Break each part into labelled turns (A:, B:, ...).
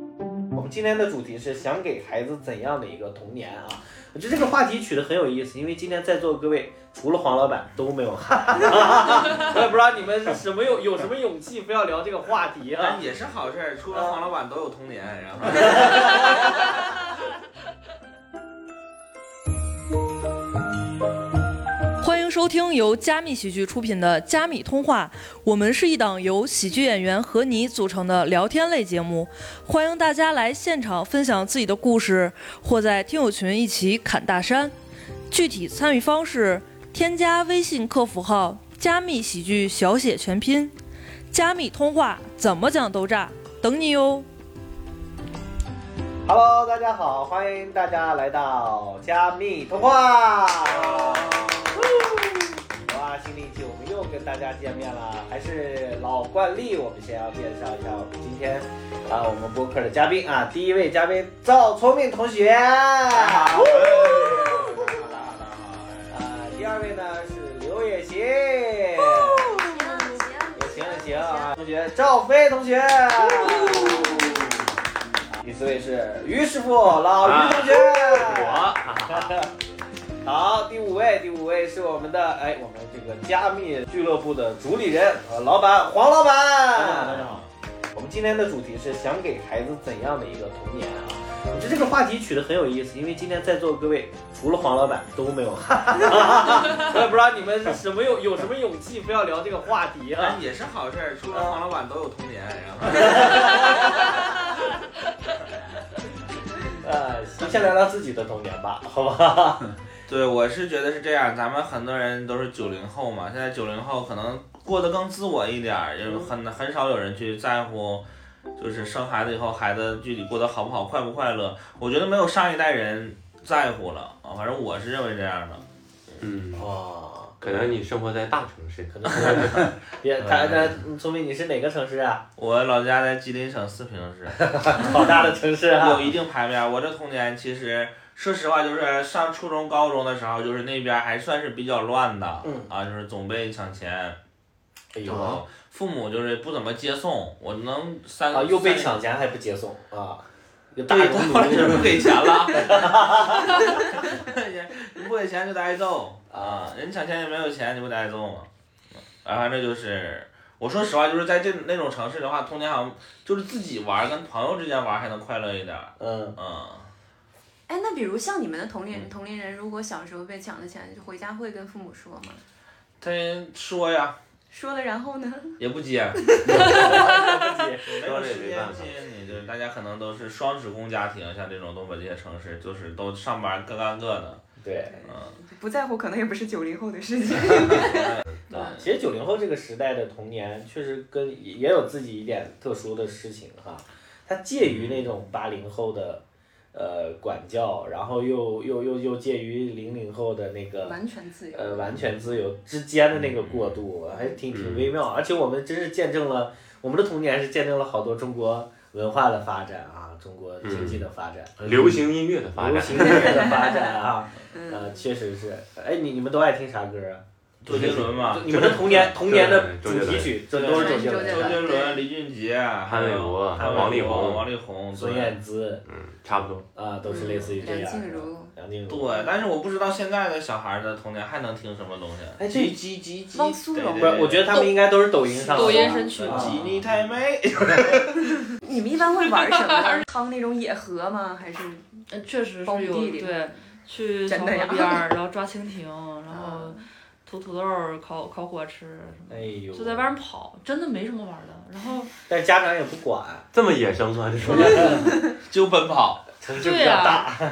A: 们今天的主题是想给孩子怎样的一个童年啊？我觉得这个话题取得很有意思，因为今天在座各位除了黄老板都没有 孩子，我也不知道你们是什么有有什么勇气非要聊这个话题啊？
B: 但哎也是好事儿，除了黄老板都有童年，然后。
C: 欢迎收听由加密喜剧出品的《加密通话》，我们是一档由喜剧演员和你组成的聊天类节目，欢迎大家来现场分享自己的故事，或在听友群一起侃大山。具体参与方式：添加微信客服号“加密喜剧”小写全拼，“加密通话”怎么讲都炸，等你哟。
A: Hello，大家好，欢迎大家来到加密通话。哇，新的一期我们又跟大家见面了，还是老惯例，我们先要介绍一下我们今天啊我们播客的嘉宾啊，第一位嘉宾赵聪明同学。
B: 好
A: 啊，第二位呢是刘也行，也行也行啊，同学赵飞同学。第四位是于师傅，老于同学。啊
B: 哎我
A: 好，第五位，第五位是我们的哎，我们这个加密俱乐部的主理人呃，老板黄老板。大家好，我们今天的主题是想给孩子怎样的一个童年啊？我觉得这个话题取得很有意思，因为今天在座各位除了黄老板都没有， 我也不知道你们是什么有有什么勇气非要聊这个话题啊？
B: 但也是好事儿，除了黄老板都有童年，然后。
A: 呃，先聊聊自己的童年吧，好吧？
B: 对，我是觉得是这样，咱们很多人都是九零后嘛，现在九零后可能过得更自我一点儿，也很很少有人去在乎，就是生孩子以后孩子具体过得好不好、快不快乐，我觉得没有上一代人在乎了啊，反正我是认为这样的。
D: 嗯，
A: 哦，
D: 可能你生活在大城市，
A: 可能是别他
B: 哎
A: 他，聪明，你是哪个城市啊？
B: 我老家在吉林省四平市，
A: 好大的城市啊！
B: 有一定排面。我这童年其实说实话，就是上初中、高中的时候，就是那边还算是比较乱的，
A: 嗯
B: 啊，就是总被抢钱，
A: 哎
B: 然
A: 呦
B: 后父母就是不怎么接送，我能三
A: 啊，又被
B: 三
A: 抢钱还不接送啊，有大
B: 对，
A: 熔
B: 他后来就是
A: 炉
B: 不给 钱了， 你不给钱就得挨揍啊！人抢钱也没有钱，你不得挨揍吗？啊，反正就是，我说实话，就是在这那种城市的话，童年好像就是自己玩儿，跟朋友之间玩儿还能快乐一点儿，
A: 嗯，
B: 嗯。
E: 哎，那比如像你们的同龄同龄人，如果小时候被抢了钱，就回家会跟父母说吗？
B: 他说呀，
E: 说了，然 后呢？
B: 也不接，没
D: 说
B: 有
D: 了也
B: 时
D: 没
B: 间
D: 办法
B: 接你，就是大家可能都是双职工家庭，像这种东北这些城市，就是都上班各干各的，
A: 对。
B: 嗯，
E: 不在乎，可能也不是九零后的事 情。
A: 啊，其实九零后这个时代的童年，确实跟也也有自己一点特殊的事情哈。它介于那种八零后的呃管教，然后又又又又介于零零后的那个
E: 完全自由。
A: 呃完全自由之间的那个过渡，还挺挺微
D: 嗯
A: 妙。而且我们真是见证了我们的童年，是见证了好多中国文化的发展啊，中国经济的发展，
D: 嗯
A: 呃
D: 流行音乐的发
A: 流
D: 展，
A: 行音乐的发 展啊，
E: 嗯，
A: 呃，确实是。哎，你你们都爱听啥歌啊？
B: 周杰伦嘛，
A: 你们的童 年童年的
D: 周
A: 主
D: 杰伦
A: 题曲，这都是周杰
E: 周杰
B: 周
A: 伦、
E: 伦
B: 杰伦、李俊杰、
D: 潘玮柏
B: 还有
D: 王力宏
B: 王力宏、
A: 孙
B: 对
A: 燕姿
D: 嗯，差不多。
A: 啊，都是类似于这样
C: 嗯
E: 梁
A: 的
E: 静。茹
A: 梁静茹。
B: 对，但是我不知道现在的小孩儿的童年还能听什么东西。
A: 哎这
B: 叽叽叽叽，
E: 汪苏
B: 对
E: 泷
B: 对
A: 不是，
B: 对
A: 我觉得他们应该都是抖音上的。
C: 抖音神曲
A: 啊
B: 吉你太美，
E: 你们一般会玩什 么呢？趟那种野河吗？还是
C: 嗯，确实
E: 荒
C: 是有
E: 地里？
C: 对，去
E: 真
C: 小河
E: 的呀
C: 边儿，然后抓蜻 蜓，然后
E: 啊
C: 吐土豆儿、烤烤火吃，
A: 哎呦，
C: 就在外面跑，真的没什么玩儿的。然后
A: 但是家长也不管，
D: 这么野生吗？这属于
B: 就奔跑。
A: 城市比
C: 对啊
A: 较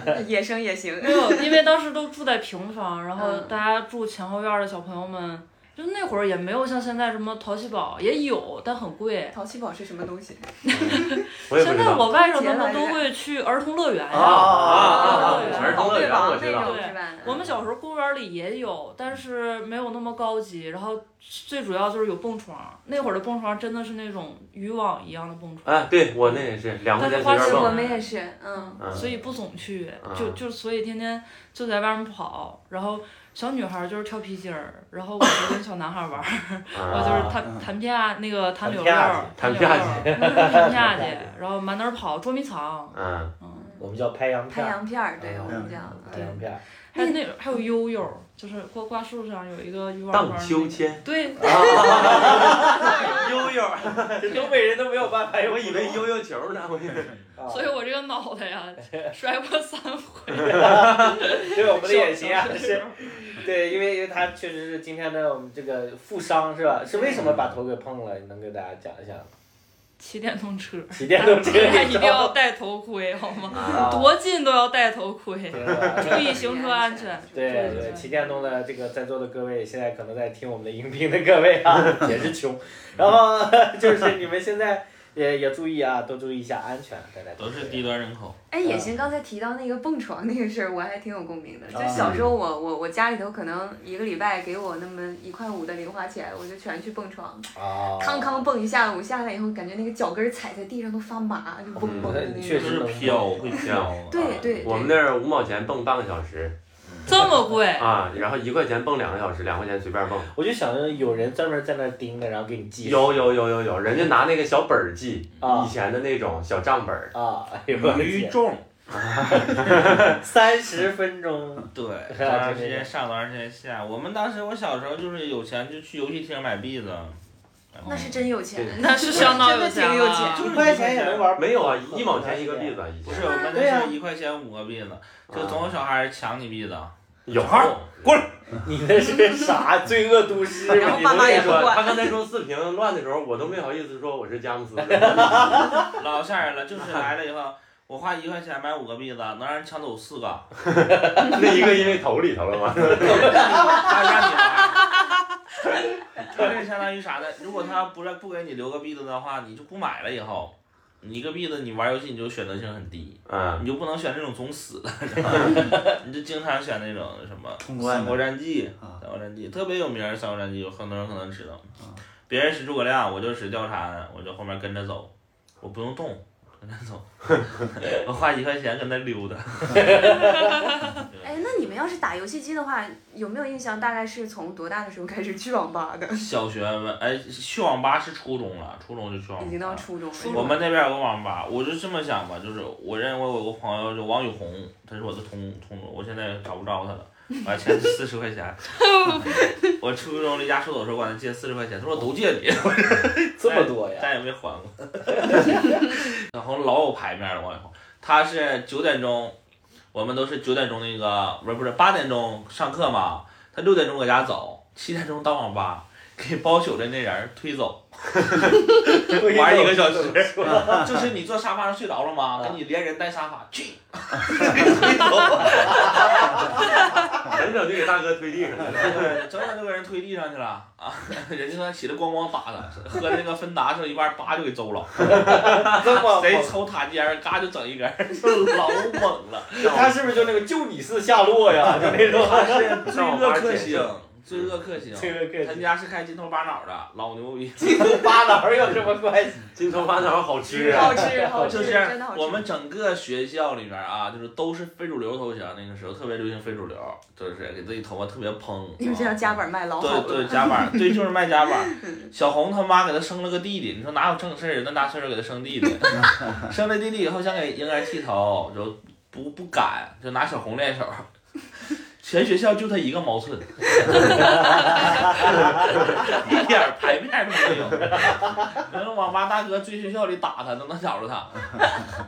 A: 大。
C: 呀、
E: 野生也行。
C: 没有，因为当时都住在平房，然后
E: 嗯
C: 大家住前后院儿的小朋友们，就那会儿也没有像现在什么淘气堡，也有，但很贵。
E: 淘气堡是什么东西？
D: 我也不
C: 现
D: 知
C: 在
D: 道。
C: 我外甥他们
E: 节
C: 都
E: 来着
C: 会去儿童乐园呀、
A: 啊
C: 儿童乐园
D: 儿童乐园
E: 宝
D: 我
E: 贝
D: 知
E: 王
D: 道
E: 那种是吧？
C: 我们小时候公园里也有，但是没有那么高级。然后最主要就是有蹦床，那会儿的蹦床真的是那种渔网一样的蹦床，
D: 啊，对我那也是两块钱随
C: 但
D: 便
C: 是
E: 我
D: 蹦。
E: 们也是，嗯，
D: 嗯，
C: 所以不总去，
D: 啊
C: 就就所以天天就在外面跑，然后小女孩儿就是跳皮筋儿，然后我就跟小男孩儿玩儿，我
D: 啊，
C: 就是弹弹皮亚那个弹
A: 弹
C: 溜
A: 皮
C: 溜
A: 亚
C: 儿，
D: 弹
C: 弹
D: 皮
C: 溜
D: 亚
C: 溜
D: 去
C: 儿，嗯弹皮亚去，然后满哪儿跑捉迷藏，
D: 嗯，
C: 嗯，
A: 我们叫拍洋
E: 拍
A: 片儿，
E: 洋片儿，对
A: 嗯
E: 我们叫。
A: 拍洋 片儿。
C: 还有那还有悠悠，就是瓜瓜树上有一个鱼丸
D: 荡
C: 花，
D: 秋千，
C: 对，
D: 悠悠，
A: 这东北人都没有办法，
D: 我以为悠悠球呢，我以为
A: 啊，
C: 所以我这个脑袋呀摔过三回，
A: 对我们的眼睛啊，是，对，因为因为他确实是今天的我们这个负伤是吧？是为什么把头给碰了？你能给大家讲一下吗？
C: 骑电动车，
A: 骑电动车，
C: 大 家一定要戴头盔好吗？
E: 哎
A: 啊
C: 多近都要戴头盔，
A: 对吧
C: 注意行车安全。
A: 对
C: 对对
A: 对，
C: 对
A: 骑电动的这个在座的各位，现在可能在听我们的音频的各位 啊，也是穷，然后就是你们现在也也注意啊，多注意一下安全，大家
B: 都是低端人口。
E: 哎，野心刚才提到那个蹦床那个事儿，我还挺有共鸣的。就
A: 啊
E: 小时候我我我家里头可能一个礼拜给我那么一块五的零花钱，我就全去蹦床，
A: 啊，
E: 康康蹦一下午，下来以后感觉那个脚跟儿踩在地上都发麻，就蹦蹦的
A: 嗯
E: 那
A: 确
B: 就
A: 实
E: 种。
B: 是飘，会飘。
E: 对对
D: 我们那儿五毛钱蹦半个小时
C: 这么贵，
D: 啊，然后一块钱蹦两个小时，两块钱随便蹦。
A: 我就想着有人专门在那儿盯着，然后给你记
D: 有有有有有，人家拿那个小本儿记，
A: 啊
D: 以前的那种小账本儿，
A: 啊，哎呦我的
B: 于
A: 天，
B: 众，
A: 三十分钟，
B: 对，多长时间上多长时间下。我们当时我小时候就是有钱就去游戏厅买币子，
E: 那是真有钱，
C: 那是相当有
E: 真的
C: 钱啊
E: 挺有钱
C: 了。
A: 一块钱也能玩，
D: 没 有啊，一毛钱一个币子，以
B: 不是
D: 前
B: 我们
A: 对呀
B: 那是一块钱五个币子，就总有小孩抢你币子。
D: 有
B: 小孩儿过来，
A: 你那是啥？罪恶都市
E: 然
A: 吗？
E: 后
A: 你
E: 爸妈
A: 那
E: 也
A: 也
E: 不
D: 说
E: 管
D: 他刚才说四平乱的时候，我都没好意思说我是佳木斯的。
B: 老吓人了，就是来了以后，我花一块钱买五个币子，能让人抢走四个，
D: 那一个因为投里头了吗？
B: 他让你来。他这相当于啥呢？如果他不让不给你留个币子的话，你就不买了。以后，你一个币子，你玩游戏你就选择性很低，
D: 嗯，
B: 你就不能选那种总死的，是吧 你就经常选那种什么
F: 冲
B: 《
F: 关
B: 三国战记》
F: 啊
B: 《三国战记》特别有名，《三国战记》有很多人可能知道
F: 啊。
B: 别人使诸葛亮，我就使貂蝉，我就后面跟着走，我不用动，跟着走， 我花一块钱跟他溜达。
E: 哎，那你们要是打游戏机的话，有没有印象？大概是从多大的时候开始去网吧的？
B: 小学们，哎，去网吧是初中了，初中就去网吧。
E: 已经到初中了。
B: 啊我们那边有个网吧，我是这么想吧，就是我认为我有个朋友叫王雨红，他是我的同同桌，我现在找不着他了，我还欠他四十块钱。我初中离家出走的时候管他借四十块钱，他说我都借你，
A: 这么多
D: 哎
A: 呀？
B: 但也没还过。然后老有牌面了，王雨红，他是九点钟，我们都是九点钟那个，不是不是八点钟上课嘛，他六点钟搁家走，七点钟到网吧给包宿的那人儿推走。玩一个小时， 就是你坐沙发上睡着了吗？给你连人带沙发去，推头，
D: 很早就给大哥推地上了。
B: 整整就给人推地上去了啊！ 人家说起来咣咣打 他，喝那个芬达剩一半，叭就给周了，
A: 这么
B: 谁
A: 猛
B: 抽塔尖儿，嘎就整一根儿，就老猛了。
D: 嗯
A: 他是不是就那个就你是夏洛呀？ 就那种
B: 他是罪
D: 上网
B: 恶
D: 吧
B: 克
D: 健
B: 星
D: 身，
B: 罪恶克星。
A: 这个
B: 他
A: 跟
B: 家是开金头巴脑的，老牛逼。
A: 金头巴脑有什么关系？
D: 金头巴脑好吃啊！
E: 好吃，好吃，
B: 就是
E: 真的好吃。
B: 我们整个学校里边啊，就是都是非主流头衔，那个时候特别流行非主流，就是给自己头发特别蓬。
E: 你们这样夹板卖老好
B: 对
E: 了。嗯
B: 对，夹板儿，对，就是卖夹 板儿。小红他妈给他生了个弟弟，你说哪有正事儿？那大岁数给他生弟弟，生了弟弟以后想给婴儿剃头，就不不敢，就拿小红练手。全学校就他一个毛寸， 一点儿牌面儿都没有。然后网吧大哥追学校里打他，都能找着他。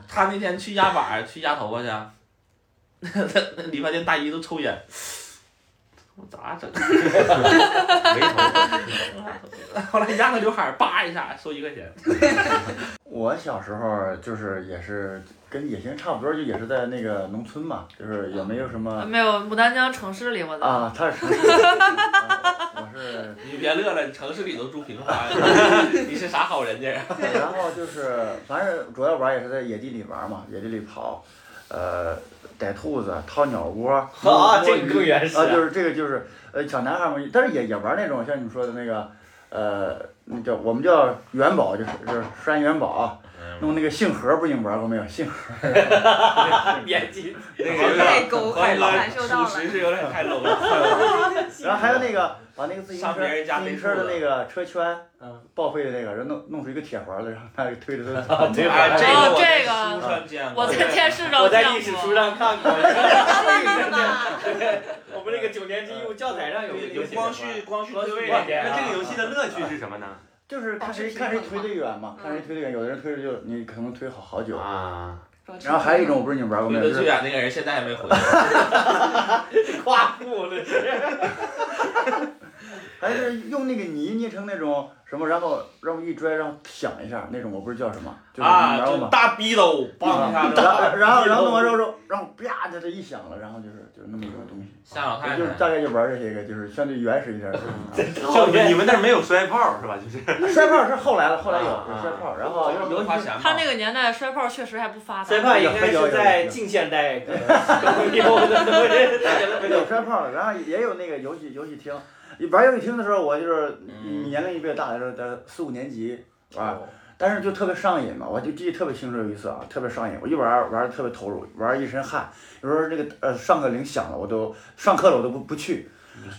B: 他那天去压板儿，去压头发去，啊 那那理发店大姨都抽烟，我咋整？
D: 没头发，
B: 后来压个刘海儿，叭一下收一块钱。
F: 我小时候就是也是跟野行差不多，就也是在那个农村嘛，就是也没有什么
C: 没有牡丹江城市里，我的
F: 啊，他是城市人，啊我是
B: 你别乐了，你城市里都住平房， 你是啥好人家 呀？
F: 然后就是，反正主要玩也是在野地里玩嘛，野地里跑，呃，逮兔子、掏鸟窝。
A: 啊
F: 摸
A: 这个更原始
F: 啊，就是这个就是，呃，小男孩嘛，但是也也玩那种像你说的那个，
A: 呃，那叫我们叫元宝，就是就是拴元宝，弄那个杏核，不是你们玩过没有？杏核，
G: 年纪
B: 那个有点
E: 太狗
B: 黄
E: 感
B: 哥
E: 感受到
B: 属
E: 了。
B: 实是有点太 low 了。
A: 然后还有那个把那个自行
B: 上
A: 车
B: 别人家
A: 自行
B: 飞
A: 车
B: 兔
A: 的
B: 子
A: 那个车圈
G: 嗯
A: 报废的那个，然后弄弄出一个铁环来，然后他给推着他走。
G: 对
B: 哎，
G: 吧？
B: 这
C: 哦
B: 个我在
C: 这个
B: 书上见过，
C: 我在电视上
G: 啊我在
C: 见
G: 历史
C: 过
G: 书上看过，我们这
B: 这
G: 个
B: 个
G: 九年级义
B: 义
G: 务
B: 务
G: 教材上有
B: 对
G: 有
B: 有光绪光绪
G: 光绪
B: 推位
G: 那
B: 那
G: 天
B: 天
D: 那
B: 啊
D: 这个游戏的乐趣是什么呢？
A: 就是看谁看谁推得远嘛，看谁推得远，有的人推着就你可能推好好久。
D: 啊，
A: 然后还有一种，我不是你们玩过没
B: 推
A: 有？
B: 得
A: 就
B: 最
A: 是
B: 远那个人现在还没回来。
G: 夸父了，
A: 还是用那个泥捏成那种什么，然后让我一拽，然后响一下那种，我不是叫什么？就是你
B: 啊，
A: 玩过
B: 就
A: 吗？
B: 大逼斗，梆一 下
A: 然
G: 啊
A: 后然
B: 就
A: 后然后弄完之后，然后啪，它这一响了，然后就是就是那么一种东西，
B: 吓老太
A: 就是
B: 太。
A: 大概就玩这些个，就是相对原始 一点的。
D: 就啊你们那儿没有摔炮是吧？就是
A: 摔炮是后来了，后来有
D: 啊
A: 有摔炮，然后
B: 不
A: 游
B: 花
A: 戏
B: 钱吗？
C: 他那个年代摔炮确实还不发达。
G: 这块应该是在近现代可能有的东西，大家都没有
A: 有摔炮了，然后也有那个游戏游戏厅。玩游戏厅的时候，我就是
B: 嗯
A: 年龄也比较大的时候，在四五年级
B: 啊
A: 玩，但是就特别上瘾嘛，我就记得特别清楚有一次啊，特别上瘾，我一玩儿玩的特别投入，玩儿一身汗，有时候这个呃上课铃响了，我都上课了我都不不去，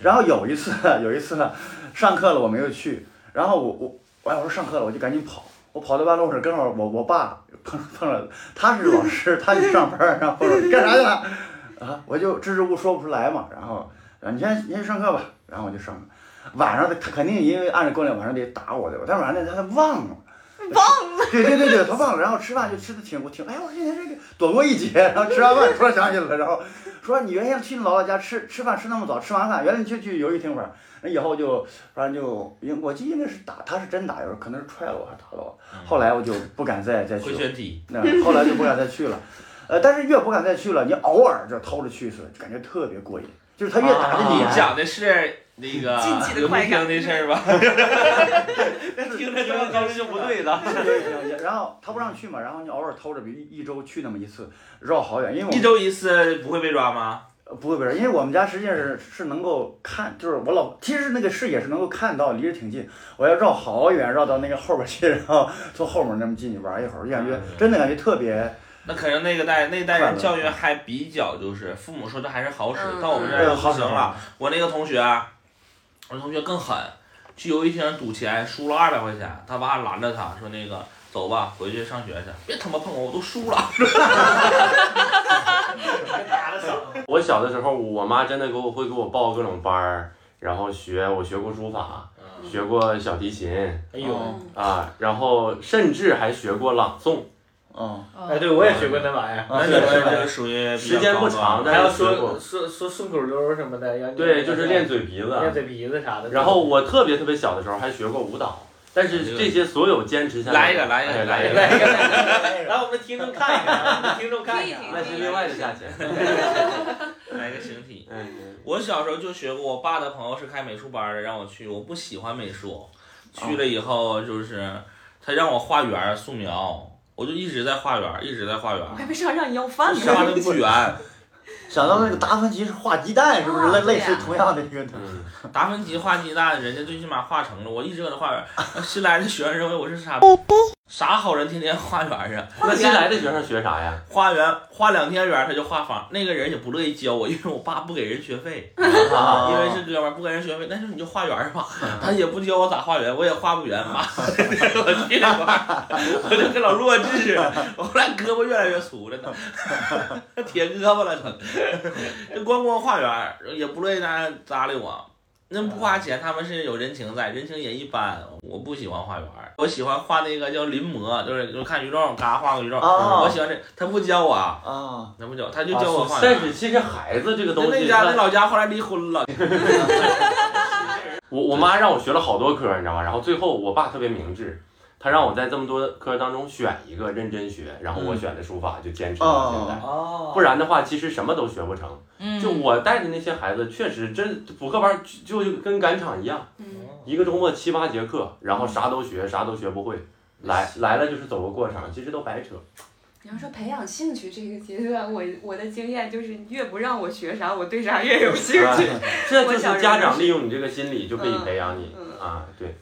A: 然后有一次 有一次呢，上课了我没有去，然后我我我要说上课了我就赶紧跑，我跑到半路上刚好我我爸碰碰了，他是老师，他去上班儿，然后我说干啥去了？啊，我就支支吾吾说不出来嘛，然后然后你先你先上课吧，然后我就上了，晚上他肯定因为按照惯例晚上得打我的，但晚上他他忘了。对对对对，他忘了，然后吃饭就吃的挺我挺，哎，我今天这个躲过一劫，然后吃完饭突然想起来了，然后说你原先去姥姥家吃吃饭吃那么早，吃完饭原来你就去游戏厅玩儿，那以后就反正就，因我记得应该是打，他是真打，有时候可能是踹了我还是打了我，后来我就不敢再再去
B: 嗯回
A: 了，
B: 旋踢，
A: 那后来就不敢再去了，呃，但是越不敢再去了，你偶尔就偷着去一次，就感觉特别过瘾，就是他越打着你，
B: 啊
A: 啊
B: 你讲的是那个
E: 禁忌的
B: 游
E: 快
B: 戏
E: 感
B: 厅的事儿吧？
G: 听着这个高兴不对
B: 啊
G: 的，
A: 然后他不让去嘛，然后你偶尔偷着，比如一一周去那么一次，绕好远，因为我们
B: 一周一次不会被抓吗？
A: 呃不会不会，因为我们家实际上是是能够看，就是我老其实那个视野是能够看到，离着挺近，我要绕好远，绕到那个后边去，然后从后面那么进去玩一会儿，就感
G: 嗯
A: 觉真的感觉特别，
B: 那可能那个代那代
A: 快
B: 人
A: 乐
B: 教育还比较就是父母说的还是好使，
E: 嗯
B: 到我们这
A: 哎
B: 儿
A: 呦
B: 就
A: 好
B: 不
A: 使
B: 行了。，我那个同学，啊我同学更狠，去游戏厅赌钱输了二百块钱，他爸拦着他说那个走吧，回去上学去，别他妈碰我，我都输了。
G: 打的爽。
D: 我小的时候，我妈真的给我会给我报各种班儿，然后学我学过书法，学过小提琴
G: 哎
A: 呦，
D: 啊，然后甚至还学过朗诵，
A: 嗯，
G: 哎，对我也学过那玩意儿，
A: 啊
B: 那你
A: 是的是
B: 们
A: 的
B: 就属于比较
D: 时间不
B: 高
D: 长，
B: 端
G: 还要
D: 但是学
G: 说
D: 过。
G: 说说顺口溜什么的，要
D: 对，就是练嘴皮子。
G: 练嘴皮子啥的。
D: 然后我特别特别小的时候还学过舞蹈，但是这些所有坚持下
B: 来一个来一个
D: 哎
B: 来
D: 来
B: 一
D: 个，
G: 来一个，来我们听众看一看，我们听众看一看。
D: 那是另外的价 钱。
B: 来一个形体。
D: 嗯，
B: 我小时候就学过，我爸的朋友是开美术班的，让我去，我不喜欢美术，去了以后就是他让我画圆儿素描，我就一直在画圆儿，一直在画圆儿
E: 我，还没上让你要饭
B: 画的
E: 呢。
B: 不圆。
A: 想到那个达芬奇是画鸡蛋，是不是
E: 啊
A: 类类
E: 对
A: 似
E: 呀
A: 同样的一个东
D: 嗯
A: 西？
B: 达芬奇画鸡蛋，人家最起码画成了，我一直搁那画圆儿。新来的学生认为我是傻逼，啥好人天天画圆儿啊？
D: 那新来的学生学啥 呀？
B: 画圆画两天圆儿他就画方，那个人也不乐意教我，因为我爸不给人学费，
A: 啊
B: 因为是哥们儿不给人学费，那就你就画圆儿吧。
D: 嗯
B: 他也不教我咋画圆，我也画不圆，妈， 我去那块儿，我就跟老弱智似的，我后来胳膊越来越粗了呢，铁胳膊了成， 就光光画圆儿，也不乐意搭搭理我。那不花钱，他们是有人情在，人情也一般。我不喜欢画圆儿，我喜欢画那个叫临摹，就是就看鱼肉，嘎画个鱼肉。
A: 哦
B: 我喜欢这，他不教我啊，
G: 哦
A: 啊，
B: 他不教，他就教我画圆
D: 但
B: 儿。
D: 是其实孩子这个
B: 那
D: 东
B: 那
D: 西，
B: 家那老家后来离婚了，
D: 我我妈让我学了好多科，你知道吗？然后最后我爸特别明智，他让我在这么多科当中选一个认真学，然后
B: 嗯
D: 我选的书法就坚持到现在。
G: 哦
D: 不然的话，其实什么都学不成。
C: 嗯
D: 就我带的那些孩子，确实真补课班就就跟赶场一样。
E: 嗯，
D: 一个周末七八节课，然后啥都学，啥都学不会，来来了就是走个过场，其实都白扯。
E: 你要说培养兴趣这个阶段，我我的经验就是，越不让我学啥，我对啥越有兴趣。
D: 这就是家长利用你这个心理就可以培养你
E: 嗯
D: 啊，对，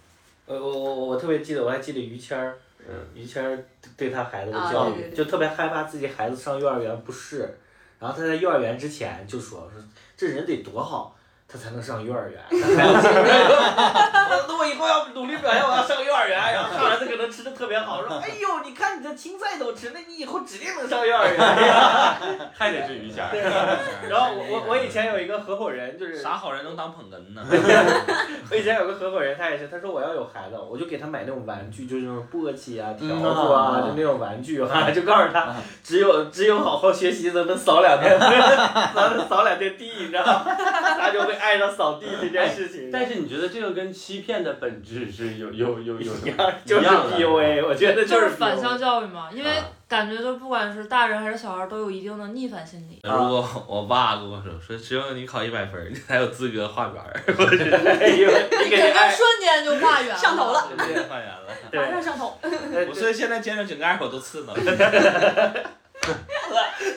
A: 呃，我我我我特别记得，我还记得于谦儿，
D: 嗯，
A: 于谦儿对他孩子的
E: 啊
A: 教育，
E: 对对对
A: 就特别害怕自己孩子上幼儿园不适，然后他在幼儿园之前就说说这人得多好，他才能上幼儿园。 他孩子进入幼儿园那我以后要努力表现，我要上幼儿园，然后上完他可能吃的特别好，说哎呦，你看你这青菜都吃，那你以后指定能上幼儿园。
D: 还得是于谦儿。
A: 然后我我我以前有一个合伙人，就是
B: 啥好人能当捧哏呢？
A: 我以前有个合伙人，他也是，他说我要有孩子，我就给他买那种玩具，就是那种簸箕啊、笤
F: 嗯
A: 帚啊，
F: 啊
A: 就那种玩具
D: 嗯
A: 啊， 就告诉他，只有只有好好学习，才能扫两天，扫扫两天地，你知道吗？他就会爱上扫地这件事情。
D: 哎但是你觉得这个跟欺骗的本质是有有有有什
A: 一
D: 么
A: 样就是
D: 一样的
A: PUA，我觉得
C: 就
A: 是
C: 是反向
A: PUA。
C: 教育嘛，因为
D: 啊
C: 感觉就不管是大人还是小孩，都有一定的逆反心理。
B: 如果我爸跟我说说，只有你考一百分儿，你才有资格画圆儿，
A: 哎呦你给
C: 给他
A: 爱
C: 瞬间就画圆
E: 上头了，
A: 对
B: 画圆了。
E: 马
A: 对
E: 上上头。
A: 对
B: 我所以现在肩上井盖我都刺挠。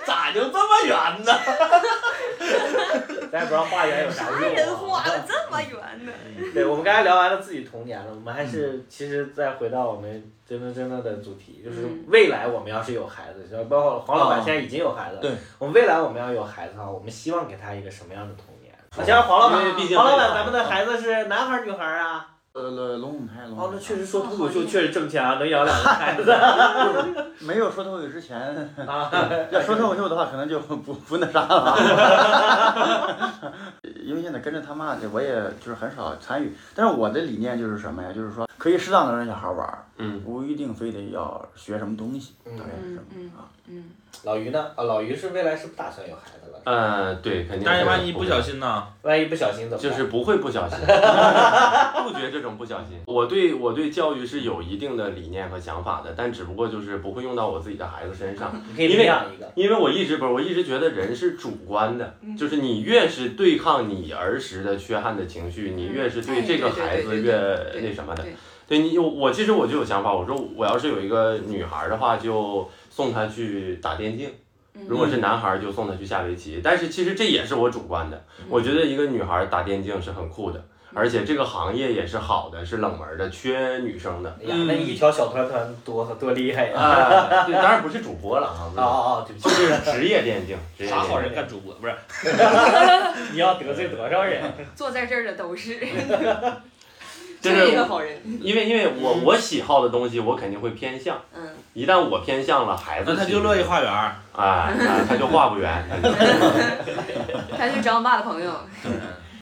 A: 咋就这么圆呢？咱也不知道画圆有啥用、啊。
E: 人画的这么圆呢？
A: 对，我们刚才聊完了自己童年了，我们还是其实再回到我们真真正正的主题，就是
E: 嗯
A: 未来我们要是有孩子，就包括黄老板现在已经有孩子了，
F: 对
A: 我们未来我们要有孩子的话，我们希望给他一个什么样的童年？好像黄老板，
D: 因为毕竟
A: 黄老
D: 这
A: 板，
D: 个
A: 咱们的孩子是男孩儿女孩儿啊？
F: 呃，龙虎胎，龙
A: 哦，那确实说
E: 哦
A: 脱口
E: 好
A: 秀
E: 厉害
A: 确实挣钱啊，能养两个孩 子
F: 没有说脱口秀之前，
A: 啊。
F: 要说脱口秀的话，可能就不不那啥了啊。因为现在跟着他妈的，我也就是很少参与。但是我的理念就是什么呀？就是说可以适当的让小孩玩儿，
D: 嗯，
F: 不一定非得要学什么东西，
A: 嗯
F: 大概是什
E: 嗯嗯
F: 么啊？
E: 嗯，
A: 老于呢？啊，老于是未来是不打算有孩子了，
D: 呃，对，肯定。
B: 但是万一不小，心呢？
A: 万一不小心怎么办？
D: 就是不会 不小心，杜绝这种不小心。我对我对教育是有一定的理念和想法的，但只不过就是不会用到我自己的孩子身上。
A: 你可以
D: 因
A: 领
D: 为
A: 养一个，
D: 因为我一直不是，我一直觉得人是主观的，
E: 嗯
D: 就是你越是对抗你儿时的缺憾的情绪，你越是哎对这个孩子越
E: 对对对对
D: 那什么的
E: 对。
D: 对你，我其实我就有想法，我说我要是有一个女孩的话，就送她去打电竞；如果是男孩，就送她去下围棋。但是其实这也是我主观的，我觉得一个女孩打电竞是很酷的，而且这个行业也是好的，是冷门的，缺女 生的。
A: 哎呀，那一条小团团多多厉害呀！
D: 啊，对，当然不是主播了啊，
A: 啊啊啊！对不
D: 就
A: 起，
D: 是职业电竞，职业
B: 啥
D: 电竞
B: 好人干主播不是？
A: 你要得罪多少人？
E: 坐在这儿的都是
D: 就是
E: 这个好人。
D: 因为因为我
B: 嗯
D: 我喜好的东西，我肯定会偏向。
E: 嗯，
D: 一旦我偏向了孩子，
B: 那他就乐意画圆儿。
D: 啊，啊他就画不圆。
E: 他去找我爸的朋友。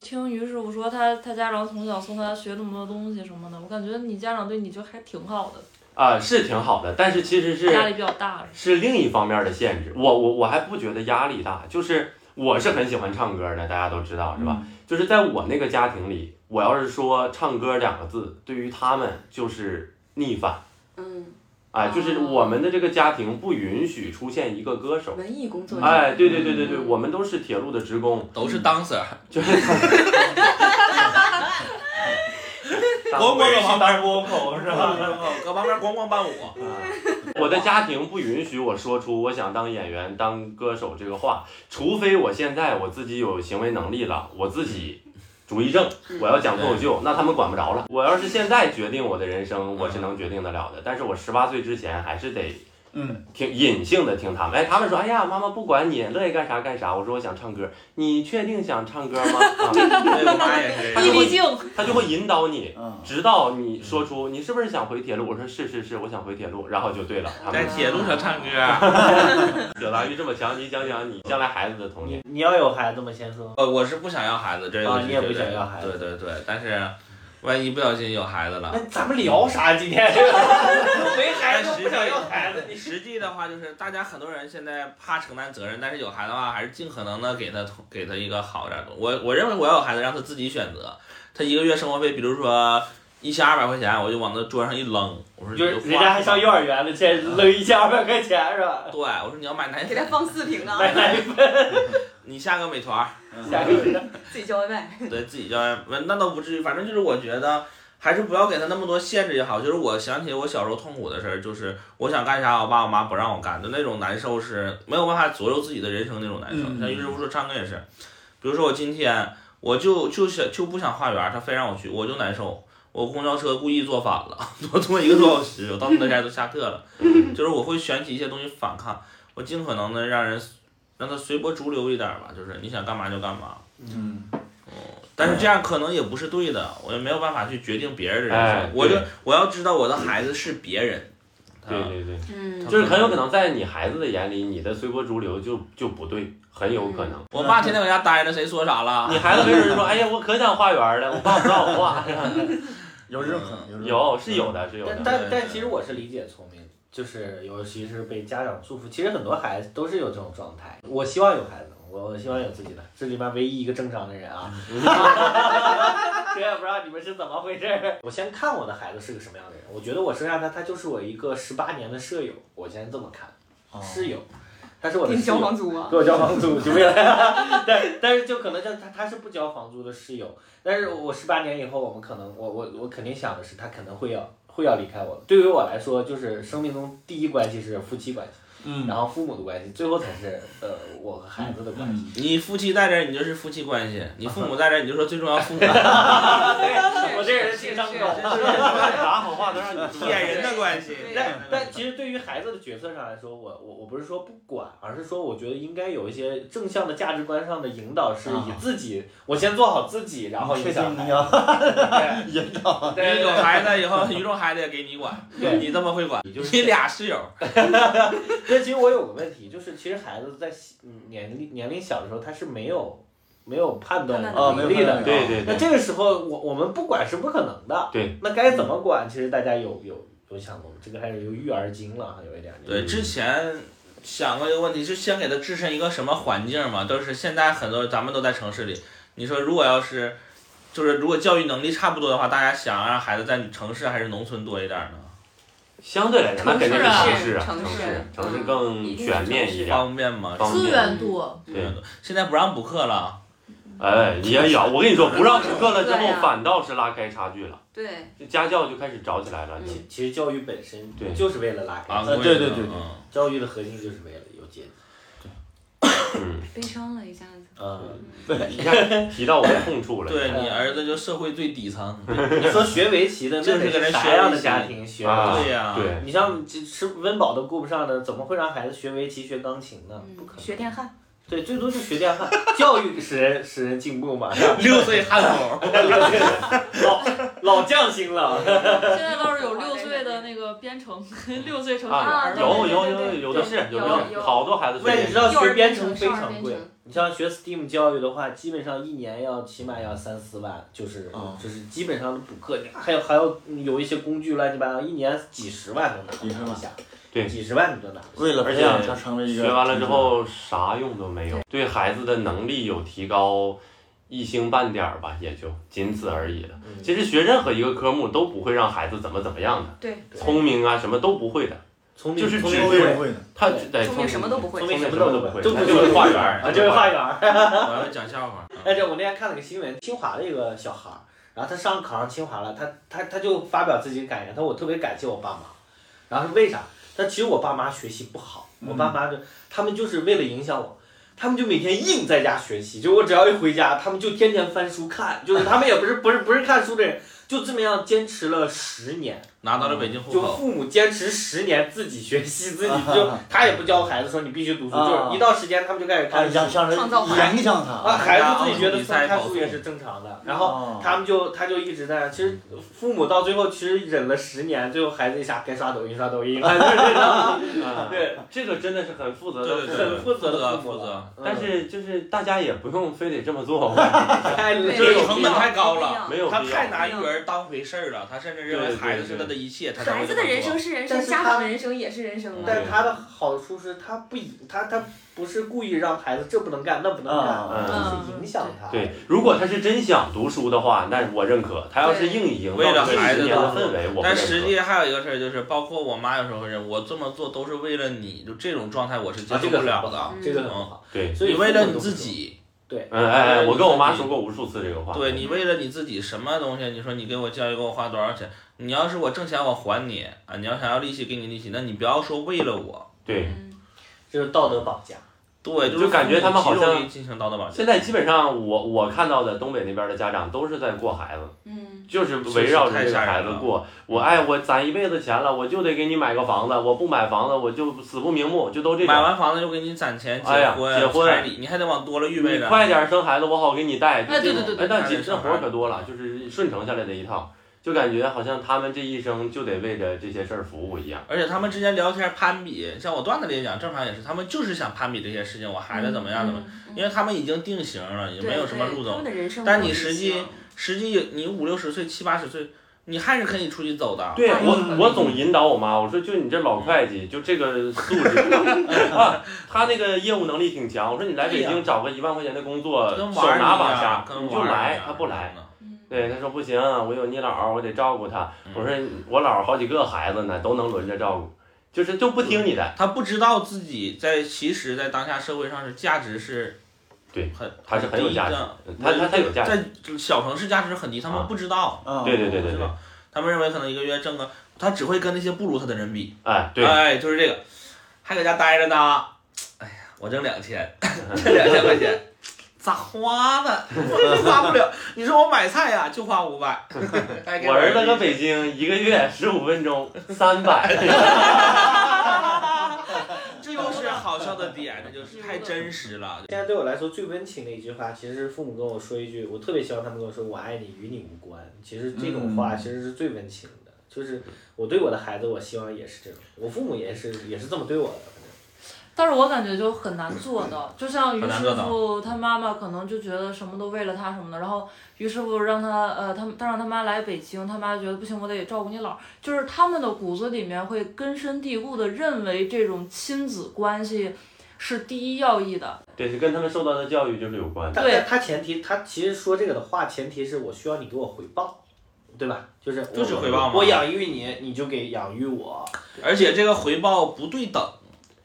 C: 听于师傅说他他家长从小送他学那么多东西什么的，我感觉你家长对你就还挺好的，
D: 啊，是挺好的，但是其实
C: 压
D: 是
C: 力比较大。
D: 是另一方面的限制。我我我还不觉得压力大，就是我是很喜欢唱歌的，大家都知道是吧？
B: 嗯
D: 就是在我那个家庭里，我要是说唱歌两个字，对于他们就是逆反。
E: 嗯，
D: 啊，就是
E: 哦
D: 我们的这个家庭不允许出现一个歌手。
E: 文艺工作者。
D: 哎，对对对
B: 嗯
D: 对对，我们都是铁路的职工，
B: 都是 dancer，
A: 我
B: 咣咣搁旁边
A: 窝口是吧？
B: 搁旁边咣咣伴舞。
D: 啊， 我的家庭不允许我说出我想当演员、当歌手这个话，除非我现在我自己有行为能力了，我自己主意正，我要讲脱口秀，那他们管不着了。我要是现在决定我的人生，我是能决定得了的，但是我十八岁之前还是得
F: 嗯，
D: 听隐性的听他们。哎，他们说，哎呀，妈妈不管你，乐意干啥干啥。我说我想唱歌，你确定想唱歌吗？啊，
B: 对，我妈也是。
D: 他
C: 毅
D: 就
C: 力
D: 会
C: 静，
D: 他就会引导你。
A: 啊
F: 嗯，
D: 直到你说出你是不是想回铁路，我说是是是，我想回铁路，然后就对了。他
B: 在
D: 们
B: 铁路上唱歌。
D: 表达欲这么强，你讲讲你将来孩子的童年。
A: 你要有孩子吗？先说。
B: 呃，我是不想要孩子，这个
A: 啊
B: 是
A: 你也不
B: 绝对
A: 想要孩子
B: 对对对，但是万一不小心有孩子了，
A: 那咱们聊啥？今天 没孩子不想要孩子，你
B: 实际的话就是大家很多人现在怕承担责任，但是有孩子的话还是尽可能的给他给他一个好点儿的。我我认为我要有孩子，让他自己选择，他一个月生活费，比如说。一千二百块钱，我就往他桌上一扔，我说你
A: 就是
B: 花
A: 人家还上幼
B: 吧
A: 儿园呢，这扔一千二百块钱是吧？
B: 对，我说你要买奶
E: 给他
B: 粉，
E: 放四瓶啊，
A: 买奶粉，
B: 你下个美团儿，
A: 下个月
E: 自己叫外卖。
B: 对自己教练，那倒不至于，反正就是我觉得还是不要给他那么多限制也好。就是我想起我小时候痛苦的事儿，就是我想干啥，我爸我妈不让我干的那种难受，是没有办法左右自己的人生那种难受。
F: 嗯
B: 像于师傅说唱歌也是，比如说我今天我就就想就不想化缘，他非让我去，我就难受。我公交车故意坐反了， 我坐一个多小时，我到那家都下课了。
D: 嗯
B: 就是我会选取一些东西反抗，我尽可能的让人让他随波逐流一点吧，就是你想干嘛就干嘛。
F: 嗯，
B: 但是这样可能也不是对的，我也没有办法去决定别人的人生。
D: 哎
B: 我就
D: 对
B: 我要知道我的孩子是别人，啊他
D: 对对对，
E: 嗯，
D: 就是很有可能在你孩子的眼里，你的随波逐流就就不对，很有可能。
B: 我爸天天搁家待着，谁说啥了？
D: 你孩子没准就说：“哎呀，我可想画园了，我爸不让我画。
F: 有这种可
B: 嗯
F: 能，”有这种
D: 有是有的，是有
A: 但
D: 的。
A: 但但其实我是理解聪明，就是尤其是被家长束缚，其实很多孩子都是有这种状态。我希望有孩子，我我希望有自己的，这里面唯一一个正常的人 啊。谁啊也不知道你们是怎么回事儿。我先看我的孩子是个什么样的人，我觉得我生下他，他就是我一个十八年的舍友，我先这么看，
F: 哦
A: 室友，他是我的
E: 给你
A: 室
E: 交
A: 友。
E: 房租啊
A: 给？我交房租，行不行？ 但但是就可能像他他是不交房租的室友，但是我十八年以后，我们可能我我我肯定想的是他可能会要会要离开我。对于我来说，就是生命中第一关系是夫妻关系，
F: 嗯
A: 然后父母的关系，最后才是呃我和孩子的关系。
F: 嗯，
B: 你夫妻在这儿，你就是夫妻关系；你父母在这儿，你就说最重要父母。
A: 我这人情商高。
D: 啥好话都让你说。
B: 人的关系
E: 对
A: 但但其实对于孩子的角色上来说，我我我不是说不管，而是说我觉得应该有一些正向的价值观上的引导，是以自己、我先做好自己，然后
F: 确
A: 影响
F: 定
A: 孩
F: 你
A: 子。
F: 要
A: 对
F: 引导，
B: 你有孩子以后， 有种孩子也给你管，
A: 对
B: 你这么会管，你俩室友，
A: 那其实我有个问题，就是其实孩子在小嗯年龄年龄小的时候，他是没有没有判断
E: 判
F: 哦，
E: 断
F: 没
A: 能
F: 有
A: 力的。
F: 办法
D: 对对
A: 那
D: 对，
A: 这个时候，我我们不管是不可能的。
D: 对。
A: 那该怎么管？其实大家有有有想过吗？这个还是有育儿经了，有一点。
B: 对，之前想过一个问题，是先给他置身一个什么环境嘛？都是现在很多咱们都在城市里，你说如果要是，就是如果教育能力差不多的话，大家想让孩子在城市还是农村多一点呢？
D: 相对来讲，那肯定是城市啊，
E: 城市
D: 城市
E: 城市
D: 城市更全面一点。
B: 方便吗？
D: 方
H: 资
D: 便
H: 源多，
D: 对，
B: 现在不让补课了，
D: 哎，也有，我跟你说，不让补课了之
E: 对
D: 后
E: 啊，
D: 反倒是拉开差距了，
E: 对，
D: 这家教就开始找起来了。
E: 嗯
D: 你
A: 其实教育本身
D: 对
A: 就是为了拉开呃
B: 啊，
A: 差距，
F: 对对对对
B: 嗯
A: 教育的核心就是为了有阶级。
D: 嗯，
E: 悲伤了一下子。
A: 嗯，
D: 一下提到我的痛处了。
B: 对你儿子就社会最底层，
A: 你说学围棋的，
B: 就
A: 那
B: 是
A: 得
B: 个人
A: 啥
B: 学
A: 样
B: 围
A: 的家
B: 棋
A: 庭学？
D: 啊
B: 对呀、
D: 对，
A: 你像这吃温饱都顾不上的，怎么会让孩子学围棋、学钢琴呢？不可
E: 嗯，
A: 能。
E: 学电焊，
A: 对，最多就学电焊，教育使人使人进步嘛。
B: 六岁 汉堡，
A: 老老匠心了，
H: 现在倒是有六岁的那个编程， 六岁程序员
D: 啊，
E: 对
D: 有
E: 对
D: 有
E: 对对
D: 有
E: 对
D: 有的是，
E: 有
D: 的是，
E: 有
D: 好多孩子学
A: 那你
D: 电
A: 知
D: 脑。
A: 道
E: 幼
A: 学
E: 儿编
A: 编
E: 程
A: 程非常贵
E: 少儿编程，
A: 你像学 STEAM 教育的话，基本上一年要起码要三四万，就是、
F: 哦
A: 就是基本上的补课，你还有还有有一些工具乱七八糟，一年几十万都拿
F: 几十万
A: 拿不下，
D: 对
A: 几十万你都拿不下。
F: 为了培养他成为一个
D: 学完了之，后啥用都没有，对孩子的能力有提高一星半点儿吧，也就仅此而已了。
A: 嗯
D: 其实学任何一个科目都不会让孩子怎么怎么样的，
E: 对，
D: 聪明啊什么都不会的，
A: 聪明
D: 就是
A: 聪
D: 只
A: 明
F: 会
A: 会
F: 会的，
D: 他
A: 对
D: 得
E: 聪明什么都不会
A: 聪。
D: 明
A: 明
D: 什
A: 什
D: 么
A: 么
D: 都
A: 都
D: 不
A: 不
D: 会
A: 会，就
D: 他
A: 不
D: 就是画圆儿
A: 啊，就是画圆儿。
B: 我要讲笑话。啊
A: 哎，这我那天看了个新闻，清华的一个小孩儿，然后他上考上清华了，他他他就发表自己的感言，他说我特别感谢我爸妈，然后是为啥？他说其实我爸妈学习不好，我爸妈就他们就是为了影响我。他们就每天硬在家学习，就我只要一回家，他们就天天翻书看，就是他们也不是不是不是看书的人，就这么样坚持了十年，
B: 拿到了北京户
A: 就
B: 口，
A: 父母坚持十年自己学习，自己就他也不教孩子说你必须读书，就是一到时间他们就开始
F: 啊，
A: 看书
F: 影响人
E: 创造环境
F: 影响他，
A: 啊，孩子自己觉得看看书也是正常的，然后
B: 哦
F: 后
A: 他们就他就一直在，其实
B: 嗯
A: 父母到最后其实忍了十年，最后孩子一下该刷抖音刷抖音了， 就是这样
D: 啊
A: 对，
D: 这个真的是很负责
B: 对
D: 的
B: 对
D: 事
B: 对，
D: 情，
B: 对
A: 很负责的父
B: 负
A: 母
B: 责，
D: 但是就是大家也不用非得这么做，
A: 嗯太累
B: 这
A: 了，
B: 个成本嗯太高了
D: 没有
B: 他
D: 必
B: 太拿
D: 要。
B: 育儿当回事儿了，他甚至认为孩子是他的一切，他才会
E: 孩子
B: 这
E: 的
B: 么做
E: 人生是人
A: 但
E: 生，
A: 是
E: 家
A: 他
E: 长的人生也是人生啊。
A: 但他的好处是他不以他他不是故意让孩子这不能干那不能干，
D: 嗯
A: 就是影响他。
D: 对，如果他是真想读书的话，那我认可；他要是硬营造
B: 为了
D: 这个
B: 孩
D: 十
B: 子
D: 年的
B: 的
D: 氛围，我不认
B: 但实
D: 可。
B: 际还有一个事儿，就是包括我妈有时候会认，我这么做都是为了你，就这种状态我是接
A: 啊，
B: 受
A: 这个
B: 不
A: 很
B: 了
A: 不
B: 的。
A: 好，这个很不好。
D: 对，
A: 所以
B: 你为
A: 父
B: 了
A: 母
B: 你
A: 都
B: 自
A: 不行，
B: 己，
D: 嗯哎哎，我跟我妈说过无数次这个话。
B: 对你为了你自己什么东西？你说你给我教育给我花多少钱？你要是我挣钱我还你啊，你要想要利息给你利息，那你不要说为了我，
D: 对
E: 嗯
A: 这是道德绑架。
B: 对，
D: 就是感觉他们好像
B: 肌肉力进行到的绑架
D: 现在基本上我我看到的东北那边的家长都是在过孩子，
E: 嗯，
D: 就是围绕着这
B: 是太
D: 个
B: 吓人
D: 孩子
B: 了
D: 过。我哎，我攒一辈子钱了，我就得给你买个房子，我不买房子我就死不瞑目，就都这
B: 买
D: 种。
B: 完房子就给你攒钱、
D: 哎呀
B: 婚、
D: 结婚
B: 彩礼，你还得往多了预备
D: 你
B: 着。
D: 快点生孩子，我好给你带。就
H: 哎对
D: 这种
H: 对对
D: 哎
B: 对
D: 但其
B: 还是
D: 实
B: 小
D: 活
B: 孩
D: 儿
B: 儿
D: 可多了，就是顺承下来的一套，就感觉好像他们这一生就得为着这些事儿服务一样。
B: 而且他们之间聊天攀比，像我段子里也讲，正常也是，他们就是想攀比这些事情，我孩子怎么样怎么样，因为他们已经定型了，也
E: 对
B: 没有什么
E: 嗯对
B: 路
E: 他
B: 走。
E: 们的人生
B: 但
E: 观
B: 你实
E: 是希
B: 际
E: 望
B: 实际你五六十岁、七八十岁，你还是可以出去走 的。
D: 对
E: 哎
D: 我，我总引导我妈，我说就你这
B: 嗯
D: 老会计，就这个素质啊，他那个业务能力挺强。我说你来北
B: 对呀
D: 京找个一万块钱的工作，
B: 跟
D: 手
B: 玩儿一
D: 拿把
B: 样
D: 掐，，
B: 跟
D: 你就
B: 玩儿一
D: 来
B: 样，
D: 他不来。。
E: 嗯
D: 对，他说不行，啊我有你姥儿，我得照顾他。
B: 嗯
D: 我说我姥儿好几个孩子呢，都能轮着照顾，就是就不听你的。
B: 他不知道自己在其实，在当下社会上是价值是，
D: 对
B: 很
D: 他是很有价值
B: 低的
D: 他他他有价值，
B: 在小城市价值很低，他
D: 啊
B: 们不知道，
F: 啊，
D: 对对对
B: 不知道，他们认为可能一个月挣个，他只会跟那些不如他的人比，
D: 哎，对，
B: 哎，就是这个，还搁家待着呢。哎呀，我挣两千， 这两千块钱咋花的？花不了。你说我买菜呀，就花五百。 还给
D: 我儿子搁
B: 个
D: 北京一个月十五分钟三百，
B: 这就是好笑的点，这就是太真实了。
A: 现在对我来说最温情的一句话，其实是父母跟我说一句，我特别希望他们跟我说“我爱你，与你无关”。其实这种话
F: 嗯
A: 其实是最温情的，就是我对我的孩子，我希望也是这种，我父母也是也是这么对我的，反正。
H: 但是我感觉就很难做到，就像于
B: 很难
H: 师
B: 做到
H: 傅他妈妈可能就觉得什么都为了他什么的，然后于师傅让他呃，他他让他妈来北京，他妈觉得不行，我得照顾你姥儿，就是他们的骨子里面会根深蒂固的认为这种亲子关系是第一要义的，
D: 对，是跟他们受到的教育就是有关的。
A: 他
H: 对
A: 他他前提，他其实说这个的话，前提是我需要你给我回报，对吧？就是我
B: 就是回报嘛
A: 我养育你，你就给养育我。
B: 而且这个回报不对等，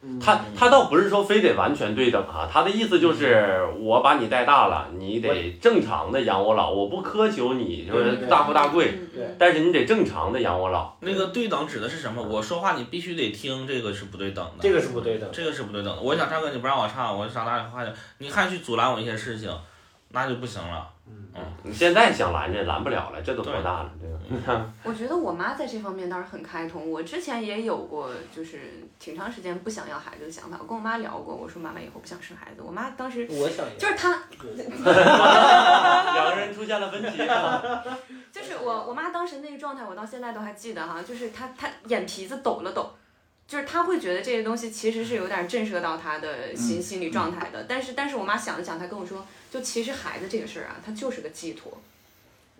B: 嗯
D: 他他倒不是说非得完全对等啊，他的意思就是我把你带大了，你得正常的养我老，我不苛求你就
A: 对
D: 是
A: 对
D: 大富大
E: 嗯
D: 贵，，
A: 对
D: 但是你得正常的养我老。
B: 那个对等指的是什么？我说话你必须得听，这个是不对等的。
A: 这个是不对的。
B: 这个是不对等的。我想唱歌你不让我唱，我上大学发现你还去阻拦我一些事情，那就不行了。
A: 嗯
D: 你现在想拦着拦不了了，这都多
B: 对
D: 大了， 对吧？
E: 我觉得我妈在这方面倒是很开通。我之前也有过，就是挺长时间不想要孩子的想法。我跟我妈聊过，我说妈妈以后不想生孩子。我妈当时
A: 我想
E: 就是她，
D: 两个人出现了分歧。
E: 就是我我妈当时那个状态，我到现在都还记得哈，就是她她眼皮子抖了抖。就是她会觉得这些东西其实是有点震慑到她的心
D: 嗯
E: 心理状态的，但是但是我妈想了想，她跟我说，就其实孩子这个事儿啊，它就是个寄托，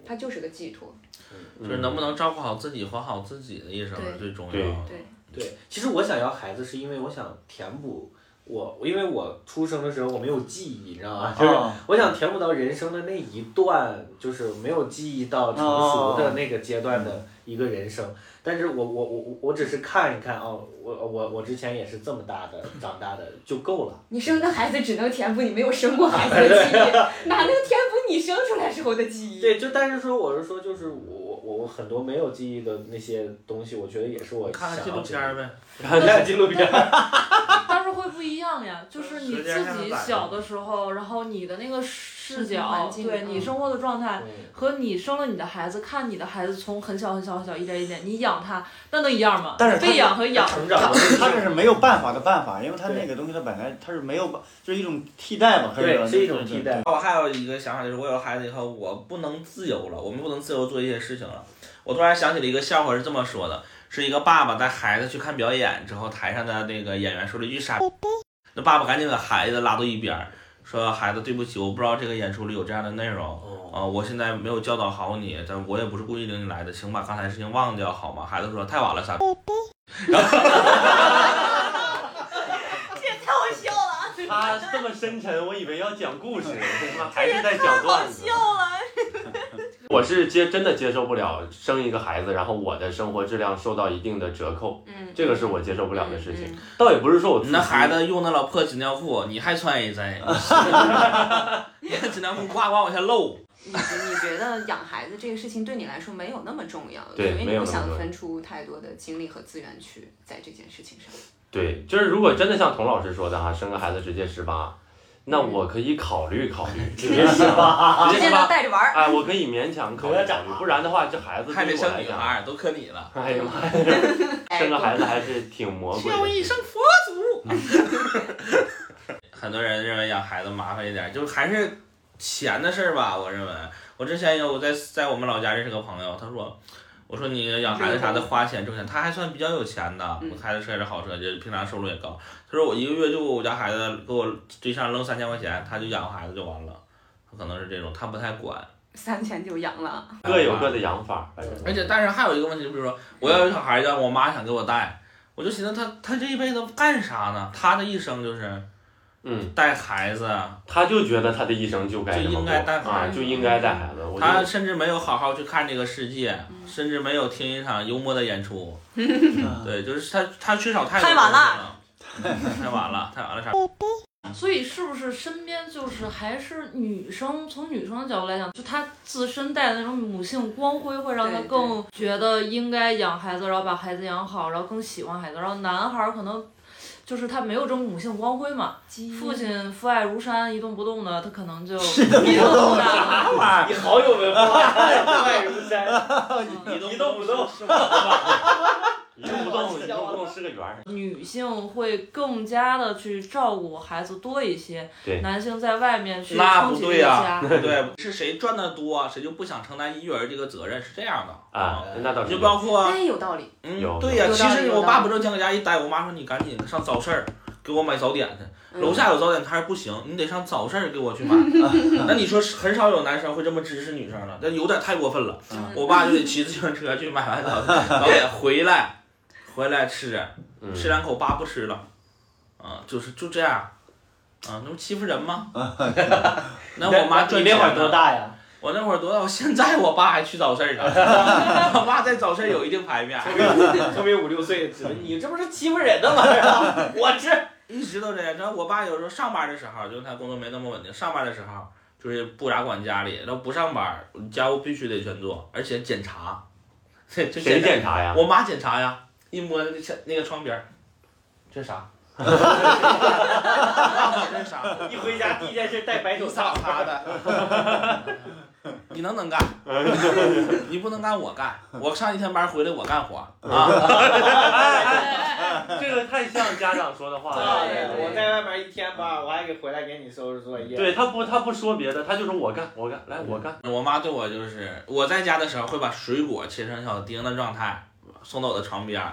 E: 它就是个寄托。
D: 嗯
B: 就是能不能照顾好自己，活好自己的一生
E: 对
B: 是最重要
D: 对
B: 的。
E: 对，
A: 对，其实我想要孩子是因为我想填补我，因为我出生的时候我没有记忆，你知道吗？就是
F: 啊
A: 我想填补到人生的那一段，就是没有记忆到成熟
F: 啊
A: 的那个阶段的一个人生。但是我我我我只是看一看哦，我我我之前也是这么大的长大的就够了。
E: 你生的孩子只能填补你没有生过孩子的记 忆，哪能填补你生出来时候的记忆？
A: 对，就但是说我是说就是我我我我很多没有记忆的那些东西，我觉得也是我想
B: 看
A: 要
B: 看纪录片儿呗。
A: 看 看纪录 片儿，
H: 但是会不一样呀，就是你
B: 时间
H: 自
B: 上的
H: 己
B: 改变
H: 小的时候，然后你的那个视
E: 生存环
H: 角，
E: 境
H: 对
E: 嗯
H: 你生活的状态，
A: 嗯
H: 和你生了你的孩子，看你的孩子从很小很小很小一点一点，你养他，那能一样吗？
F: 但是他
H: 被养和养
A: 成长的
F: 他这是没有办法的办法，因为他
A: 对
F: 那个东西，他本来他是没有办，就是一种替代吧，可以说
A: 对是一种替代。
B: 哦我还有一个想法就是，我有了孩子以后，我不能自由了，我们不能自由做一些事情了。我突然想起了一个笑话，是这么说的：是一个爸爸带孩子去看表演之后，台上的那个演员说了一句傻逼，那爸爸赶紧把孩子拉到一边儿，说：“孩子，对不起，我不知道这个演出里有这样的内容。”
A: 哦，
B: 啊、我现在没有教导好你，但我也不是故意领你来的，请把刚才事情忘掉好吗？孩子说太晚了，傻逼。
E: 太好笑了，
D: 他这么深沉，我以为要讲 故事，他妈还是在讲段子。
E: 了。
D: 我是接真的接受不了生一个孩子，然后我的生活质量受到一定的折扣，
E: 嗯，
D: 这个是我接受不了的事
B: 嗯
D: 情。倒也不是说我自己
B: 那孩子用那老 破纸尿裤，你还穿一针，你看纸尿裤呱呱往下漏。
E: 以及你觉得养孩子这个事情对你来说没有那么重要，所
D: 对没
E: 以你
D: 有
E: 不
D: 那么重
E: 想
D: 要
E: 分出太多的精力和资源去在这件事情上。
D: 对，就是如果真的像童老师说的哈、生个孩子直接十八，那我可以考虑考 虑，直接十八，直
E: 直
D: 接
E: 接
D: 十
E: 就
D: 八，
E: 带着玩儿，
D: 哎，我可以勉强考虑
A: 不要
D: 考
A: 长
D: 虑
A: 啊，
D: 不然的话，这孩子
B: 看
D: 对
B: 着
D: 于我
B: 像
D: 来
B: 女
D: 讲，
B: 孩儿都磕你了，
D: 哎 呀妈呀，生个孩子还是挺魔鬼
B: 叫一
D: 的。
B: 声佛祖。很多人认为养孩子麻烦一点，就是还是钱的事儿吧。我认为，我之前有我在在我们老家认识个朋友，他说，我说你养孩子啥的花钱挣钱，他还算比较有钱的，
E: 嗯
B: 我开的车也是好车，就是平常收入也高。他说我一个月就我家孩子给我地上扔三千块钱，他就养活孩子就完了。他可能是这种，他不太管。
E: 三千就养了，
D: 各有各的养法，
B: 而且，但是还有一个问题，就比如说我要有小孩儿，让我妈想给我带，我就寻思她她这一辈子干啥呢？她的一生就是
D: 嗯，
B: 带孩子，
D: 他就觉得他的一生就该这
B: 就
D: 么
B: 应
D: 过
B: 该带孩
D: 啊，
B: 子
D: 就应该带孩子。我
B: 她
D: 就
B: 甚至没有好好去看这个世界，甚至没有听一场幽默的演出。对，就是她她缺少太多
E: 太晚
B: 了，太晚了，太晚了啥？
H: 所以是不是身边就是还是女生？从女生的角度来讲，就她自身带的那种母性光辉，会让她
E: 对对
H: 更觉得应该养孩子，然后把孩子养好，然后更喜欢孩子。然后男孩儿可能就是他没有这种母性光辉嘛，父亲父爱如山，一动不动的，他可能就一动不大。
F: 玩意
A: 你好有文化，爱如山。
B: 一动不动，
D: 一动不动，一动不动是个圆儿。
H: 女性会更加的去照顾孩子多一些，
D: 对
H: 男性在外面去
B: 那
H: 撑
B: 不
H: 起这个
B: 对啊呀、
H: 家。
B: 对，是谁赚的多，谁就不想承担育儿这个责任，是这样的
D: 啊，那倒是
B: 就包括
E: 哎，有道理，
B: 嗯
D: 有，
B: 对呀、
E: 有
B: 其
E: 道理
B: 实
E: 有
B: 我
E: 道
B: 爸
E: 理
B: 不正经搁家一待，我妈说你赶紧上早市儿给我买早点去，
E: 嗯
B: 楼下有早点摊儿不行，你得上早市儿给我去买。啊那你说是很少有男生会这么支持女生了，那有点太过分了。
E: 嗯
B: 我爸就得骑自行车去买完早点早点回来，回来吃，
D: 嗯
B: 吃两口爸不吃了，啊，就是就这样，啊，那不欺负人吗？
D: 嗯
B: 那我妈赚
A: 你那会儿
B: 钱
A: 多
B: 呢？
A: 大呀？
B: 我那会儿多大？我现在我爸还去早市儿 呢，我爸在早市儿有一定牌面。
A: 特别五六岁，指着你这不是欺负人 的吗？我这
B: 一直都这样。然后我爸有时候上班的时候，就是他工作没那么稳定，上班的时候就是不咋管家里，然后不上班，家务必须得全做，而且检查。 这这
D: 谁
B: 检
D: 检查呀
B: 查？？我妈检查呀，一摸那前那个窗边儿，这啥？ 这啥？
A: 一回家第一件事带白手
B: 你
A: 套
B: 咋。擦的？ 你能能干， 你不能干我干。我上一天班回来我干活啊。
H: 哎
D: 这个太像家长说的话了。
E: 对对对
A: 我在外面一天班，我还给回来给你收拾作业。
D: 对他不，他不说别的，他就是我干，我干，来我干。
B: 我妈对我就是我在家的时候会把水果切成小丁的状态送到我的床边儿。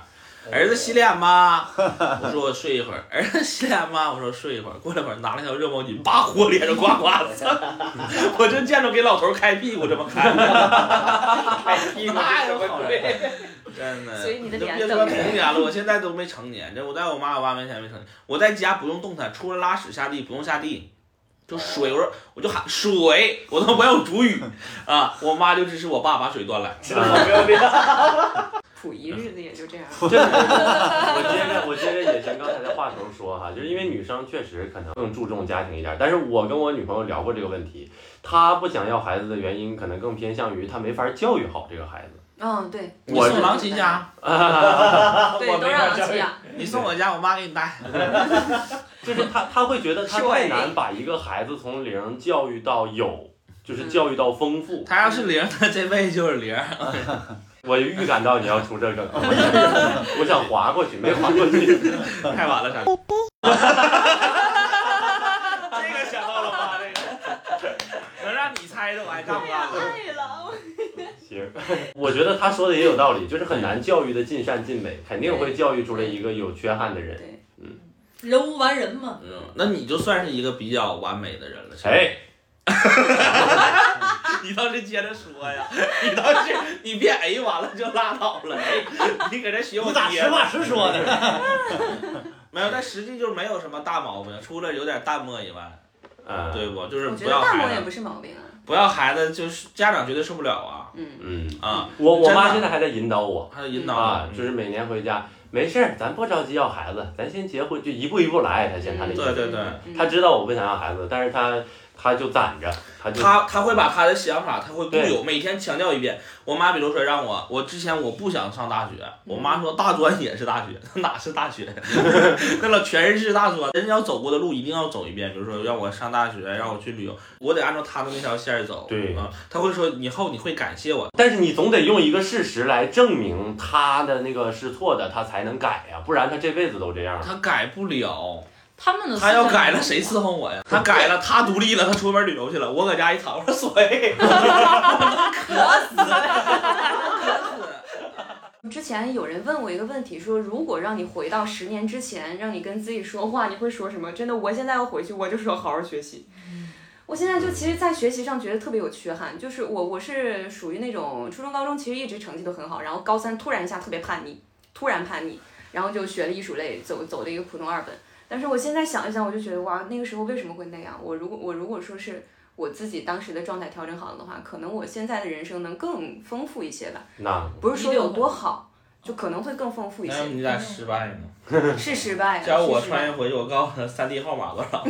A: 哎
B: 儿子洗脸吗？ 我说我睡一会儿。儿子洗脸吗？我说睡一会儿。过了会儿，拿了条热毛巾，叭呼我脸上刮刮的，我就见着给老头开屁股这么开，
A: 拍屁股什么鬼？
B: 真的。
E: 所以你的脸
B: 就别说成年了，我现在都没成年。这我在我妈我爸面前没成年，我在家不用动弹，除了拉屎下地不用下地，就水，我说我就喊水，我都没有主语啊。我妈就支持我爸把水端来。
A: 不要脸！
E: 溥仪日子也就这样。
D: 这个我接着我接着野神刚才的话头说哈，就是因为女生确实可能更注重家庭一点，但是我跟我女朋友聊过这个问题，她不想要孩子的原因，可能更偏向于她没法教育好这个孩子。
E: 嗯，对，
B: 你送狼骑家，
H: 哎
E: 对，都让狼骑啊，
B: 你送我家，我妈给你带。
D: 就是她她会觉得她
E: 是我
D: 太难把一个孩子从零教育到有，就是教育到丰富。
B: 他要是零，他这辈子就是零。
D: 我预感到你要出这个，我想划过去，没划过去。
B: 太晚了，啥？
A: 这个想到了吧？这个
B: 能让你猜着我还干不干了？
E: 对了，
D: 行，我觉得他说的也有道理，就是很难教育的尽善尽美，肯定会教育出来一个有缺憾的人。
E: 对，
H: 人无完人嘛。
B: 嗯，那你就算是一个比较完美的人了。是吧，
D: 哎，
B: 你倒是接着说呀， 你倒是你别哎完了就拉倒了，哎你搁这学我
F: 你咋
B: 爹
F: 实话实说的？
B: 没有，但实际就是没有什么大毛病，除了有点淡漠以外，
D: 嗯，
B: 对不？就是
E: 我觉
B: 不
E: 得
B: 要
E: 大漠也
B: 孩子，
E: 不是毛病啊，
B: 不要孩子，就是家长绝对受不了啊
E: 嗯，
D: 嗯，
B: 啊！
D: 我我妈
B: 真的嗯
D: 现在还在引导我
B: 还有引导
D: 啊，就是是每年回家，没事儿，咱不着急要孩子，咱先结婚，就一步一步来。她现她的意
B: 对
D: 思，
B: 对对，
E: 嗯
D: 她知道我不想要孩子，但是她他就攒着，他就
B: 他他会把他的想法，他会固
D: 对
B: 有，每天强调一遍。我妈比如说让我，我之前我不想上大学，我
D: 嗯
B: 妈说大专也是大学，哪是 大学？那老全是大专，人家要走过的路一定要走一遍。比如说让我上大学，让我去旅游，我得按照他的那条线儿走。
D: 对
B: 啊、他会说以后你会感谢我。
D: 但是你总得用一个事实来证明他的那个是错的，他才能改呀、不然他这辈子都这样。
B: 他改不了，
H: 他们的 思
B: 他
H: 想
B: 要改了谁伺候我呀？他改了，他独立了，他出门旅游去了，我搁家一躺，我说 水，
E: 之前有人问我一个问题，说如果让你回到十年之前，让你跟自己说话，你会说什么？真的，我现在要回去，我就说好好学习。我现在就其实，在学习上觉得特别有缺憾，就是我我是属于那种初中、高中其实一直成绩都很好，然后高三突然一下特别叛逆，突然叛逆，然后就学了艺术类，走走了一个普通二本。但是我现在想一想，我就觉得哇，那个时候为什么会那样？我如果我如果说是我自己当时的状态调整好了的话，可能我现在的人生能更丰富一些吧。
D: 那
E: 不是说有多好，就可能会更丰富一
B: 那
E: 些。
B: 你咋失败呢？
E: 是失败啊，
B: 假如我
E: 是失败
B: 穿越回去，我告诉他三 D 号码多少，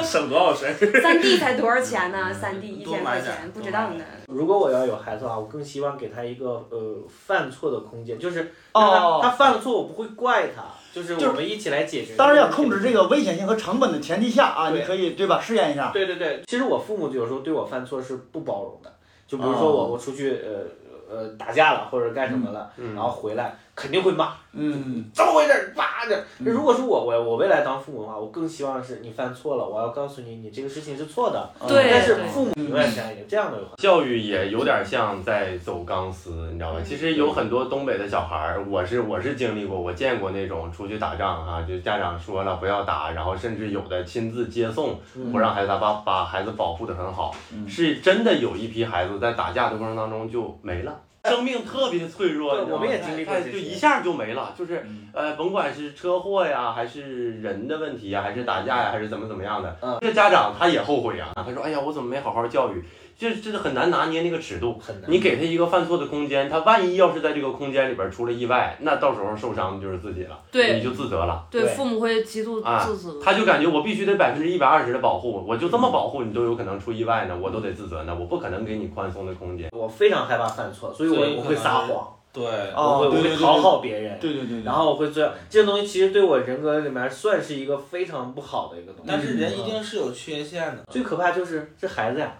B: 省多少事儿。
E: 三 D 才多少钱呢？三 D
B: 嗯
E: 一
B: 多
E: 千
B: 买
E: 块
B: 点
E: 钱，不
B: 多
E: 知
B: 买
E: 道
B: 点
E: 呢。
A: 如果我要有孩子的话，我更希望给他一个呃犯错的空间，就是让他,、
F: 哦
A: 他犯了错，我不会怪他，就是
F: 就是
A: 我们一起来解决。
F: 当然要控制这。个危险性和成本的前提下啊，
A: 对
F: 你可以对吧？试验一下。
A: 对对对，其实我父母有时候对我犯错是不包容的，就比如说我、
F: 哦
A: 我出去呃呃打架了或者干什么了，
D: 嗯
A: 然后回来肯定会骂，
F: 嗯，
A: 怎么回事？叭的。如果是我我我未来当父母的话，我更希望是你犯错了，我要告诉你你这个事情是错的，嗯
H: 对
A: 但是
H: 对
A: 父母永远相信这样的话。
D: 教育也有点像在走钢丝，你知道吧？
E: 嗯
D: 其实有很多东北的小孩儿，我是我是经历过，我见过那种出去打仗哈、就家长说了不要打，然后甚至有的亲自接送，
A: 嗯
D: 不嗯让孩子打，把把孩子保护的很好，
F: 嗯
D: 是真的有一批孩子在打架的过程当中就没了。生命特别脆弱，
A: 对
D: 你知道吗
A: 我们也经历过
D: 哎
A: 这些
D: 就一下就没了，就是
F: 嗯
D: 呃，甭管是车祸呀，还是人的问题呀，还是打架呀，还是怎么怎么样的，
A: 嗯
D: 这家长他也后悔呀，他说，哎呀，我怎么没好好教育？这这是很难拿捏那个尺度。
A: 很难。
D: 你给他一个犯错的空间，他万一要是在这个空间里边出了意外，那到时候受伤就是自己了，
H: 对
D: 你就自责了。
H: 对
A: 嗯对
H: 父母会极度
D: 啊
H: 自责。
D: 他就感觉我必须得百分之一百二十的保护，我就这么保护你都有可能出意外呢，我都得自责呢，我不可能给你宽松的空间。
A: 我非常害怕犯错，所以我
B: 所以
A: 我会
B: 可能
A: 撒
B: 是
A: 谎，
B: 对，
A: 我
F: 哦，
A: 会我
F: 对
A: 会
F: 对对
A: 讨好别人，
F: 对对
B: 嗯
F: 对对。
A: 然后我会这这个东西其实对我人格里面算是一个非常不好的一个东西。
B: 但是人一定是有缺陷的。
A: 最可怕就是这孩子呀，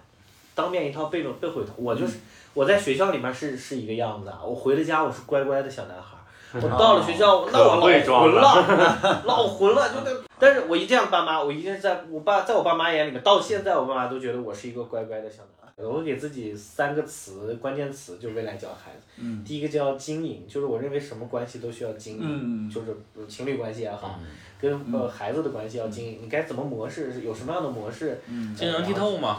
A: 当面一套背着背回头。我就是我在学校里面是是一个样子啊，我回了家我是乖乖的小男孩儿。我到了学校，那我
D: 可会
A: 老
D: 装
A: 混了，老混了，就那。但是我一这样爸妈，我一定是在我爸在我爸妈眼里面，到现在我爸妈都觉得我是一个乖乖的小男孩。我会给自己三个词，关键词，就未来教孩子。
F: 嗯
A: 第一个叫经营，就是我认为什么关系都需要经营，
F: 嗯
A: 就是比如情侣关系也
B: 啊
A: 好，跟呃孩子的关系要经营，你该怎么模式，有什么样的模式，
F: 嗯
B: 经营剔透嘛，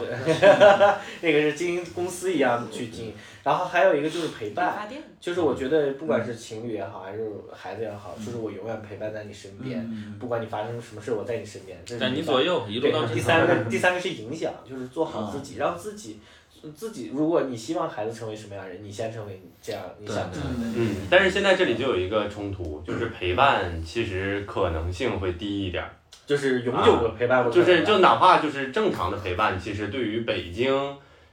A: 那个是经营公司一样去经营，然后还有一个就是陪
E: 理
A: 伴，
E: 发店，
A: 就是我觉得不管是情侣也好，还是孩子也好，就是我永远陪伴在你身边，
F: 嗯
A: 不管你发生什么事，我在你身边，这是
B: 在你
A: 陪伴
B: 左右一路到
A: 对第
B: 尽头。
A: 三个，第三个是影响，就是做好自己，让自己自己，如果你希望孩子成为什么样的人，你先成为这样你想成为的人。
D: 嗯，但是现在这里就有一个冲突，就是陪伴其实可能性会低一点。
A: 就是永久的陪伴我、
D: 啊就是就哪怕就是正常的陪伴，其实对于北京、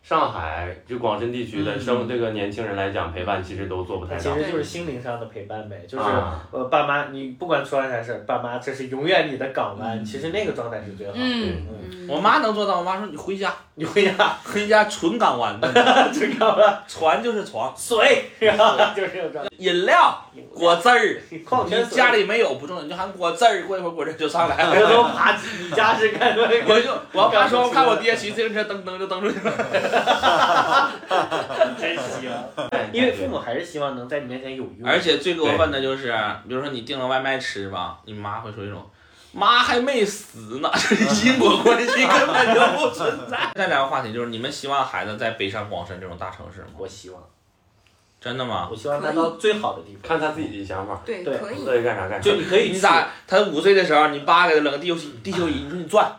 D: 上海就广深地区的生、这个年轻人来讲，陪伴其实都做不太
A: 嗯其
D: 到。
A: 实就是心灵上的陪伴呗，就是、
D: 啊
A: 呃，爸妈，你不管出了啥事儿，爸妈这是永远你的港湾，其实那个状态是最好的。
H: 嗯，
B: 我妈能做到，我妈说你回家，
A: 你回家
B: 回家纯港湾 的，
A: 这个
B: 船就是床，
A: 水，然后 就是这种状态。
B: 饮料果汁儿，
A: 你矿泉
B: 你
A: 水
B: 家里没有不重要，你就喊果汁儿，过一会儿果汁儿就上来
A: 回
B: 了。
A: 头爬起，你家是干什么？
B: 我就我要爸说，我看我爹骑自行车蹬蹬就蹬出去了。
A: 真行，因为父母还是希望能在你面前有用。
B: 而且最过分的就是，比如说你订了外卖吃吧，你妈会说一种。妈还没死呢， 因果关系根本就不存在。 再聊个话题，就是你们希望孩子在北上广深这种大城市吗？
A: 我希望，
B: 真的吗？
A: 我希望他到最好的地方。
D: 看他自己的想法，
E: 对，
A: 对
E: 可以。
D: 乐意干啥干啥
A: 就。你可以去
B: 哎你咋？他五岁的时候，你爸给他扔个地 球仪，地球仪，你说你转，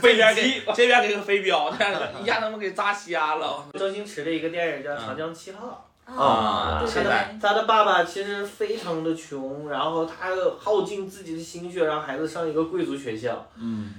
B: 这边给这边给个飞镖，那样一下他妈给扎瞎了
A: 周星驰的一个电影叫《长江七号》。
B: 啊！
E: 对
B: 现
E: 对
B: 在
E: 对，
A: 他的爸爸其实非常的穷，然后他耗尽自己的心血让孩子上一个贵族学校，
F: 嗯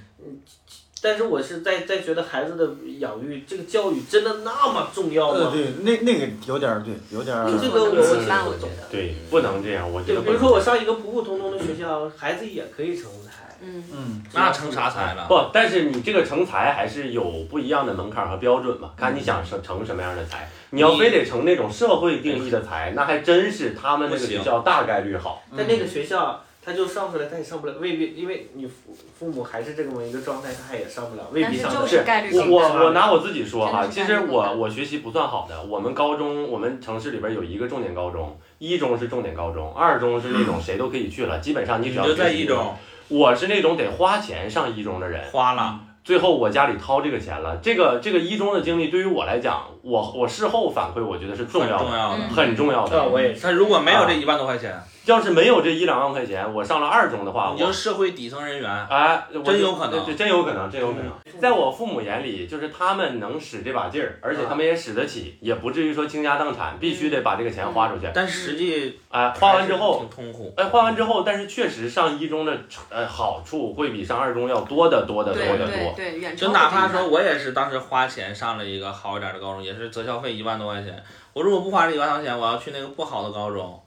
A: 但是我是在在觉得孩子的养育，这个教育真的那么重要
F: 呃，
A: 吗？
F: 对，那那个有点儿对，有点儿
A: 这个我
E: 不能一起吧，
A: 我
E: 我觉得。
D: 对，不能这样，我觉
A: 对，
D: 得
A: 比
D: 不
A: 如
D: 能。
A: 说我上一个普普通通的学校，孩子也可以成才。
E: 嗯，
F: 嗯，
B: 那成啥才了？
D: 不，但是你这个成才还是有不一样的门槛和标准嘛，看你
A: 嗯
D: 想成成什么样的才。你要非得成那种社会定义的才，那还真是他们那个
B: 不行
D: 学校大概率好。
E: 嗯
A: 但那个学校，他就上出来，他也上不了，未必，因为你父父母还是这么一个状态，他也上不了，未
E: 但
A: 必
E: 是
A: 上
E: 就
A: 得
E: 是
A: 了。
E: 概率
D: 我
E: 性
D: 我我拿我自己说哈，
E: 真的是
D: 其
E: 概率
D: 实
E: 更
D: 我
E: 大
D: 我学习不算好的，我们高中我们城市里边有一个重点高中，一中是重点高中，二中是那种谁都可以去了，基本上你
B: 你
D: 只要
B: 就在
D: 学习
B: 一中
D: 我是那种得花钱上一中的人，
B: 花了，
D: 最后我家里掏这个钱了。这个这个一中的经历对于我来讲，我我事后反馈我觉得是啊重
B: 很
D: 要
B: 重
D: 的，
B: 要的。
E: 嗯
D: 很重要的。
A: 啊，我也是。
B: 他如果没有这一万多块钱，
D: 要是没有这一两万块钱，我上了二中的
B: 你
D: 话，啊我
B: 就是社会底层人员。
D: 哎，我
B: 真有可能
D: 这真有可能，真有可能。在我父母眼里，就是他们能使这把劲儿，而且他们也使得起，也不至于说倾家荡产，必须得把这个钱花出
E: 嗯
D: 去。
B: 但实际
D: 哎，花完之后，
B: 挺痛苦。
D: 哎，花完之后，但是确实上一中的呃好处会比上二中要多得多得
E: 对
D: 多得
E: 对
D: 多。
E: 对，远超
B: 就哪怕
E: 我
B: 说我也是当时花钱上了一个好一点的高中，也是择校费一万多块钱。我如果不花这一万多块钱，我要去那个不好的高中，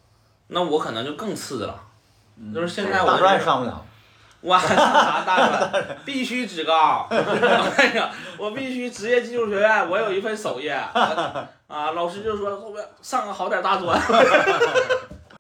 B: 那我可能就更次了。
D: 嗯
B: 就是现在我
F: 大
B: 的
F: 专
B: 这
F: 也上不了，
B: 哇，上啥大专？必须职高！ 哎呀，我必须职业技术学院，我有一份首页。啊，老师就说后边上个好点大专。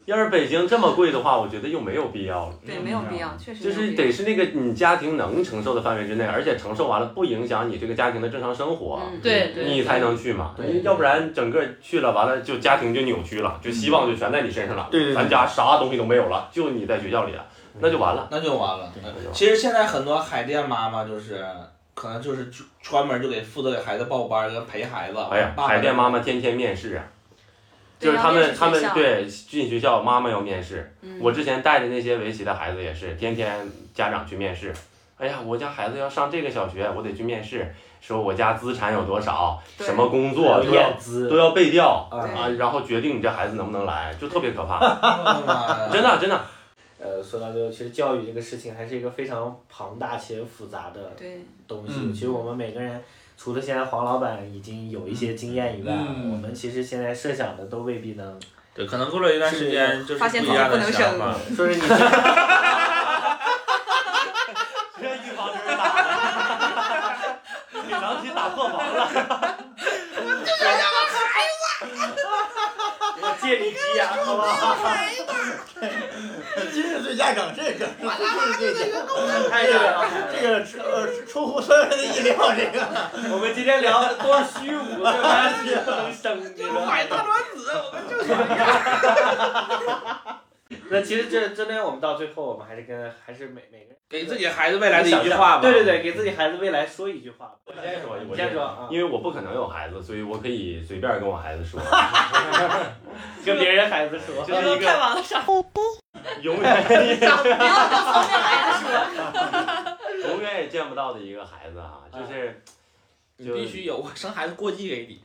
D: 要是北京这么贵的话，我觉得又没有必要了。
E: 对没有
B: 嗯
E: 必要，确实
D: 就
E: 没
D: 是
E: 有必要
D: 得是那个你家庭能承受的范围之内，而且承受完了不影响你这个家庭的正常生活。
E: 嗯
H: 对对
D: 你才能去嘛，
F: 对
D: 要不然整个去了，完了就家庭就扭曲了，就希望就全在你身上了，
F: 嗯对对对
D: 咱家啥东西都没有了，就你在学校里了，
E: 嗯
D: 那就完了。
B: 那就完了。
D: 那就完了
B: 其实现在很多海淀妈妈就是，可能就是就专门就给负责给孩子报班儿跟陪孩子。
D: 哎呀，
B: 爸爸
D: 海淀妈妈天天面试啊，就
E: 对
D: 是他
E: 要
D: 们
E: 面试
D: 他们
E: 学校
D: 对进学校，妈妈要面试。
E: 嗯
D: 我之前带的那些围棋的孩子也是，天天家长去面试。哎呀，我家孩子要上这个小学，我得去面试，说我家资产有多少，
E: 对
D: 什么工作都要
A: 资
D: 都要背掉
A: 啊
D: 啊，然后决定你这孩子能不能来，就特别可怕。
B: 哎呦妈呀
D: 真的真的，
A: 呃，说到最后，其实教育这个事情还是一个非常庞大且复杂的
E: 对
A: 东西。
F: 嗯
A: 其实我们每个人，除了现在黄老板已经有一些经验以外，
F: 嗯
A: 我们其实现在设想的都未必能。
B: 对，可能过了一段时间就是
E: 发现
B: 不一样
E: 自
B: 的
E: 己不能
B: 想
E: 生
B: 法。
A: 说是你，
D: 这预防针儿打的，给狼群打破 防了。
A: 我借你吉言，好不 好？
F: 今日最佳梗，这个这个
A: 太厉害了！
F: 这个出出乎所有人的意料，这个。
A: 我们今天聊的都是虚无的，大家也不能生，你知道吗？
B: 大卵子，我们就
A: 那其实这真的，我们到最后，我们还是跟还是每每个人
B: 给自己孩子未来的一句话吧。
A: 对对对，给自己孩子未来说一句话。
D: 我先说，
A: 你
D: 我
A: 先
D: 先
A: 说
D: 说，
A: 啊，
D: 因为我不可能有孩子，所以我可以随便跟我孩子说，
A: 跟别人孩子说。
D: 这是一
H: 太
D: 个
H: 晚了，傻
D: 永远
E: 不要跟后面孩子说，
D: 永远也见不到的一个孩子啊，就是
B: 你必须有，我生孩子过继给你。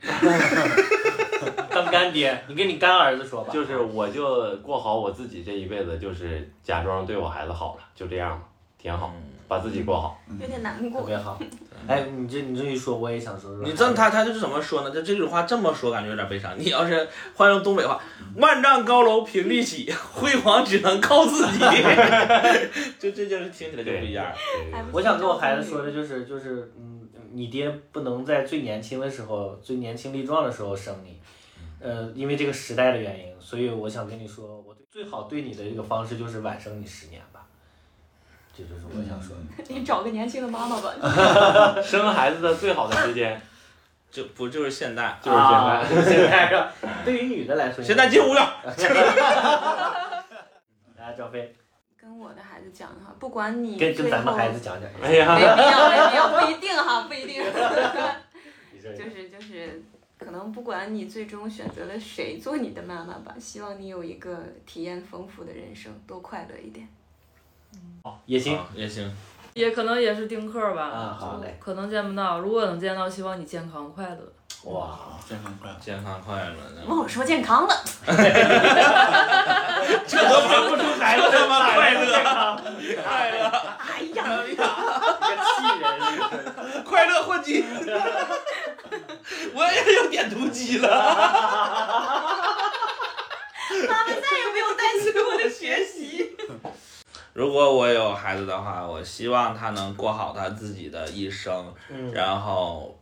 A: 当干爹，你跟你干儿子说吧。
D: 就是我就过好我自己这一辈子，就是假装对我孩子好了，就这样吧，挺好，把自己过好。
B: 嗯
E: 有点难
A: 特
E: 过。
A: 别好。哎，你这你这一说，我也想说说。
B: 你这他他就是怎么说呢？他这句话这么说，感觉有点悲伤。你要是换用东北话，万丈高楼平地起，辉煌只能靠自己。就这就是听起来就不一样。
D: 对
E: 哎不
A: 我想跟我孩子说的就是就是，嗯，你爹不能在最年轻的时候、最年轻力壮的时候生你，呃，因为这个时代的原因，所以我想跟你说，我最好对你的一个方式就是晚生你十年吧，这就是我想说的。
E: 你找个年轻的妈妈
B: 嗯
E: 吧。
D: 生孩子的最好的时间
B: 就不就是现在？
D: 就是现在。
A: 在，现在啊是吧？对于女的来说，
B: 现在进屋了。
A: 来，赵飞
E: 跟我的孩子讲哈，不管你
A: 跟跟
E: 最
A: 咱们
E: 后
A: 孩子讲讲，
D: 哎
E: 没必
D: 呀，
E: 要，没 必要，不一定哈，不一定。
A: 你这
E: 就是就是，可能不管你最终选择了谁做你的妈妈吧，希望你有一个体验丰富的人生，多快乐一点。
A: 也行
B: 啊也行。
H: 也可能也是丁克儿吧，
A: 啊好嘞
H: 可能见不到。如果能见到，希望你健康快乐。
A: 哇。
F: 真很快。
B: 健康快乐
E: 怎么我说健康了？
B: 这都分不出来了，他妈快乐，
A: 快乐，
E: 哎呀，
A: 这气人！
B: 快乐混迹， 我也有点读机了。
E: 他们再也没有担心我的学习。
B: 如果我有孩子的话，我希望他能过好他自己的一生，
A: 嗯
B: 然后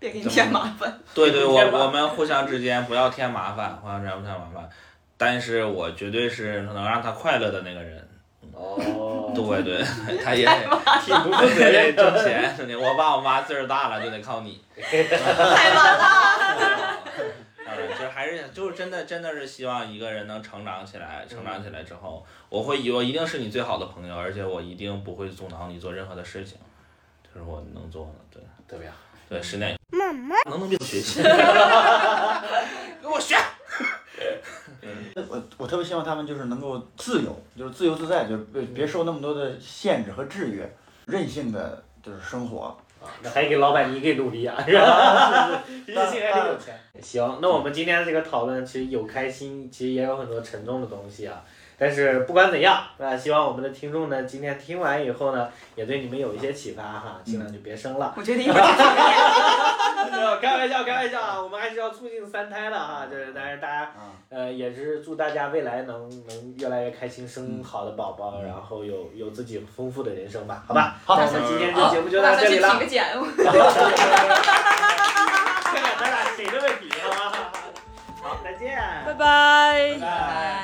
E: 别给你添麻烦。
B: 对对，我
A: 添麻烦
B: 我们互相之间不要添麻烦，互相之间不添麻烦。但是我绝对是能让他快乐的那个人。
A: 哦，
B: 对对，他也
E: 太
B: 得
E: 麻烦，
A: 挺不负责
B: 对
A: 任
B: 挣钱，挣钱。我爸我妈岁数大了，就得靠 你。
E: 太晚了。
B: 当然，就是还是就是真的真的是希望一个人能成长起来，成长起来之后，我会我一定是你最好的朋友，而且我一定不会阻挠你做任何的事情，这是我能做的。对
A: 特别好。
B: 对，十年以后，能不能别学 习？给我学。
F: 我我特别希望他们就是能够自由，就是自由自在，就是
A: 嗯
F: 别别受那么多的限制和制约，任性的就是生活。
A: 啊那还给老板你给 努力啊，是吧？ 人性还得有钱。行，那我们今天这个讨论其实有开心，其实也有很多沉重的东西啊。但是不管怎样，那希望我们的听众呢，今天听完以后呢，也对你们有一些启发
F: 嗯
A: 哈，尽量就别生了。
E: 我决定一会 儿。
A: 没有开玩笑，开玩笑啊，我们还是要促进三胎的哈，就是但是大家
F: 啊，
A: 呃，也是祝大家未来能能越来越开心，生好的宝宝，然后有有自己丰富的人生吧，好吧？
F: 好
A: 那我们今天这节目就
E: 我
A: 到
E: 打
A: 这里
E: 算去
A: 了
E: 体。个检。我
A: 看看咱俩谁的问题，好吧？好，再见，
C: 拜拜。
E: 拜。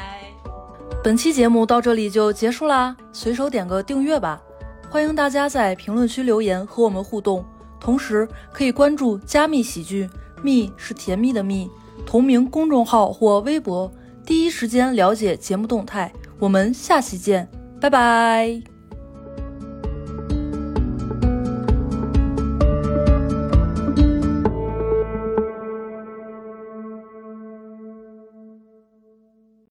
C: 本期节目到这里就结束啦，随手点个订阅吧。欢迎大家在评论区留言和我们互动，同时可以关注加密喜剧，密是甜蜜的蜜，同名公众号或微博，第一时间了解节目动态。我们下期见，拜拜。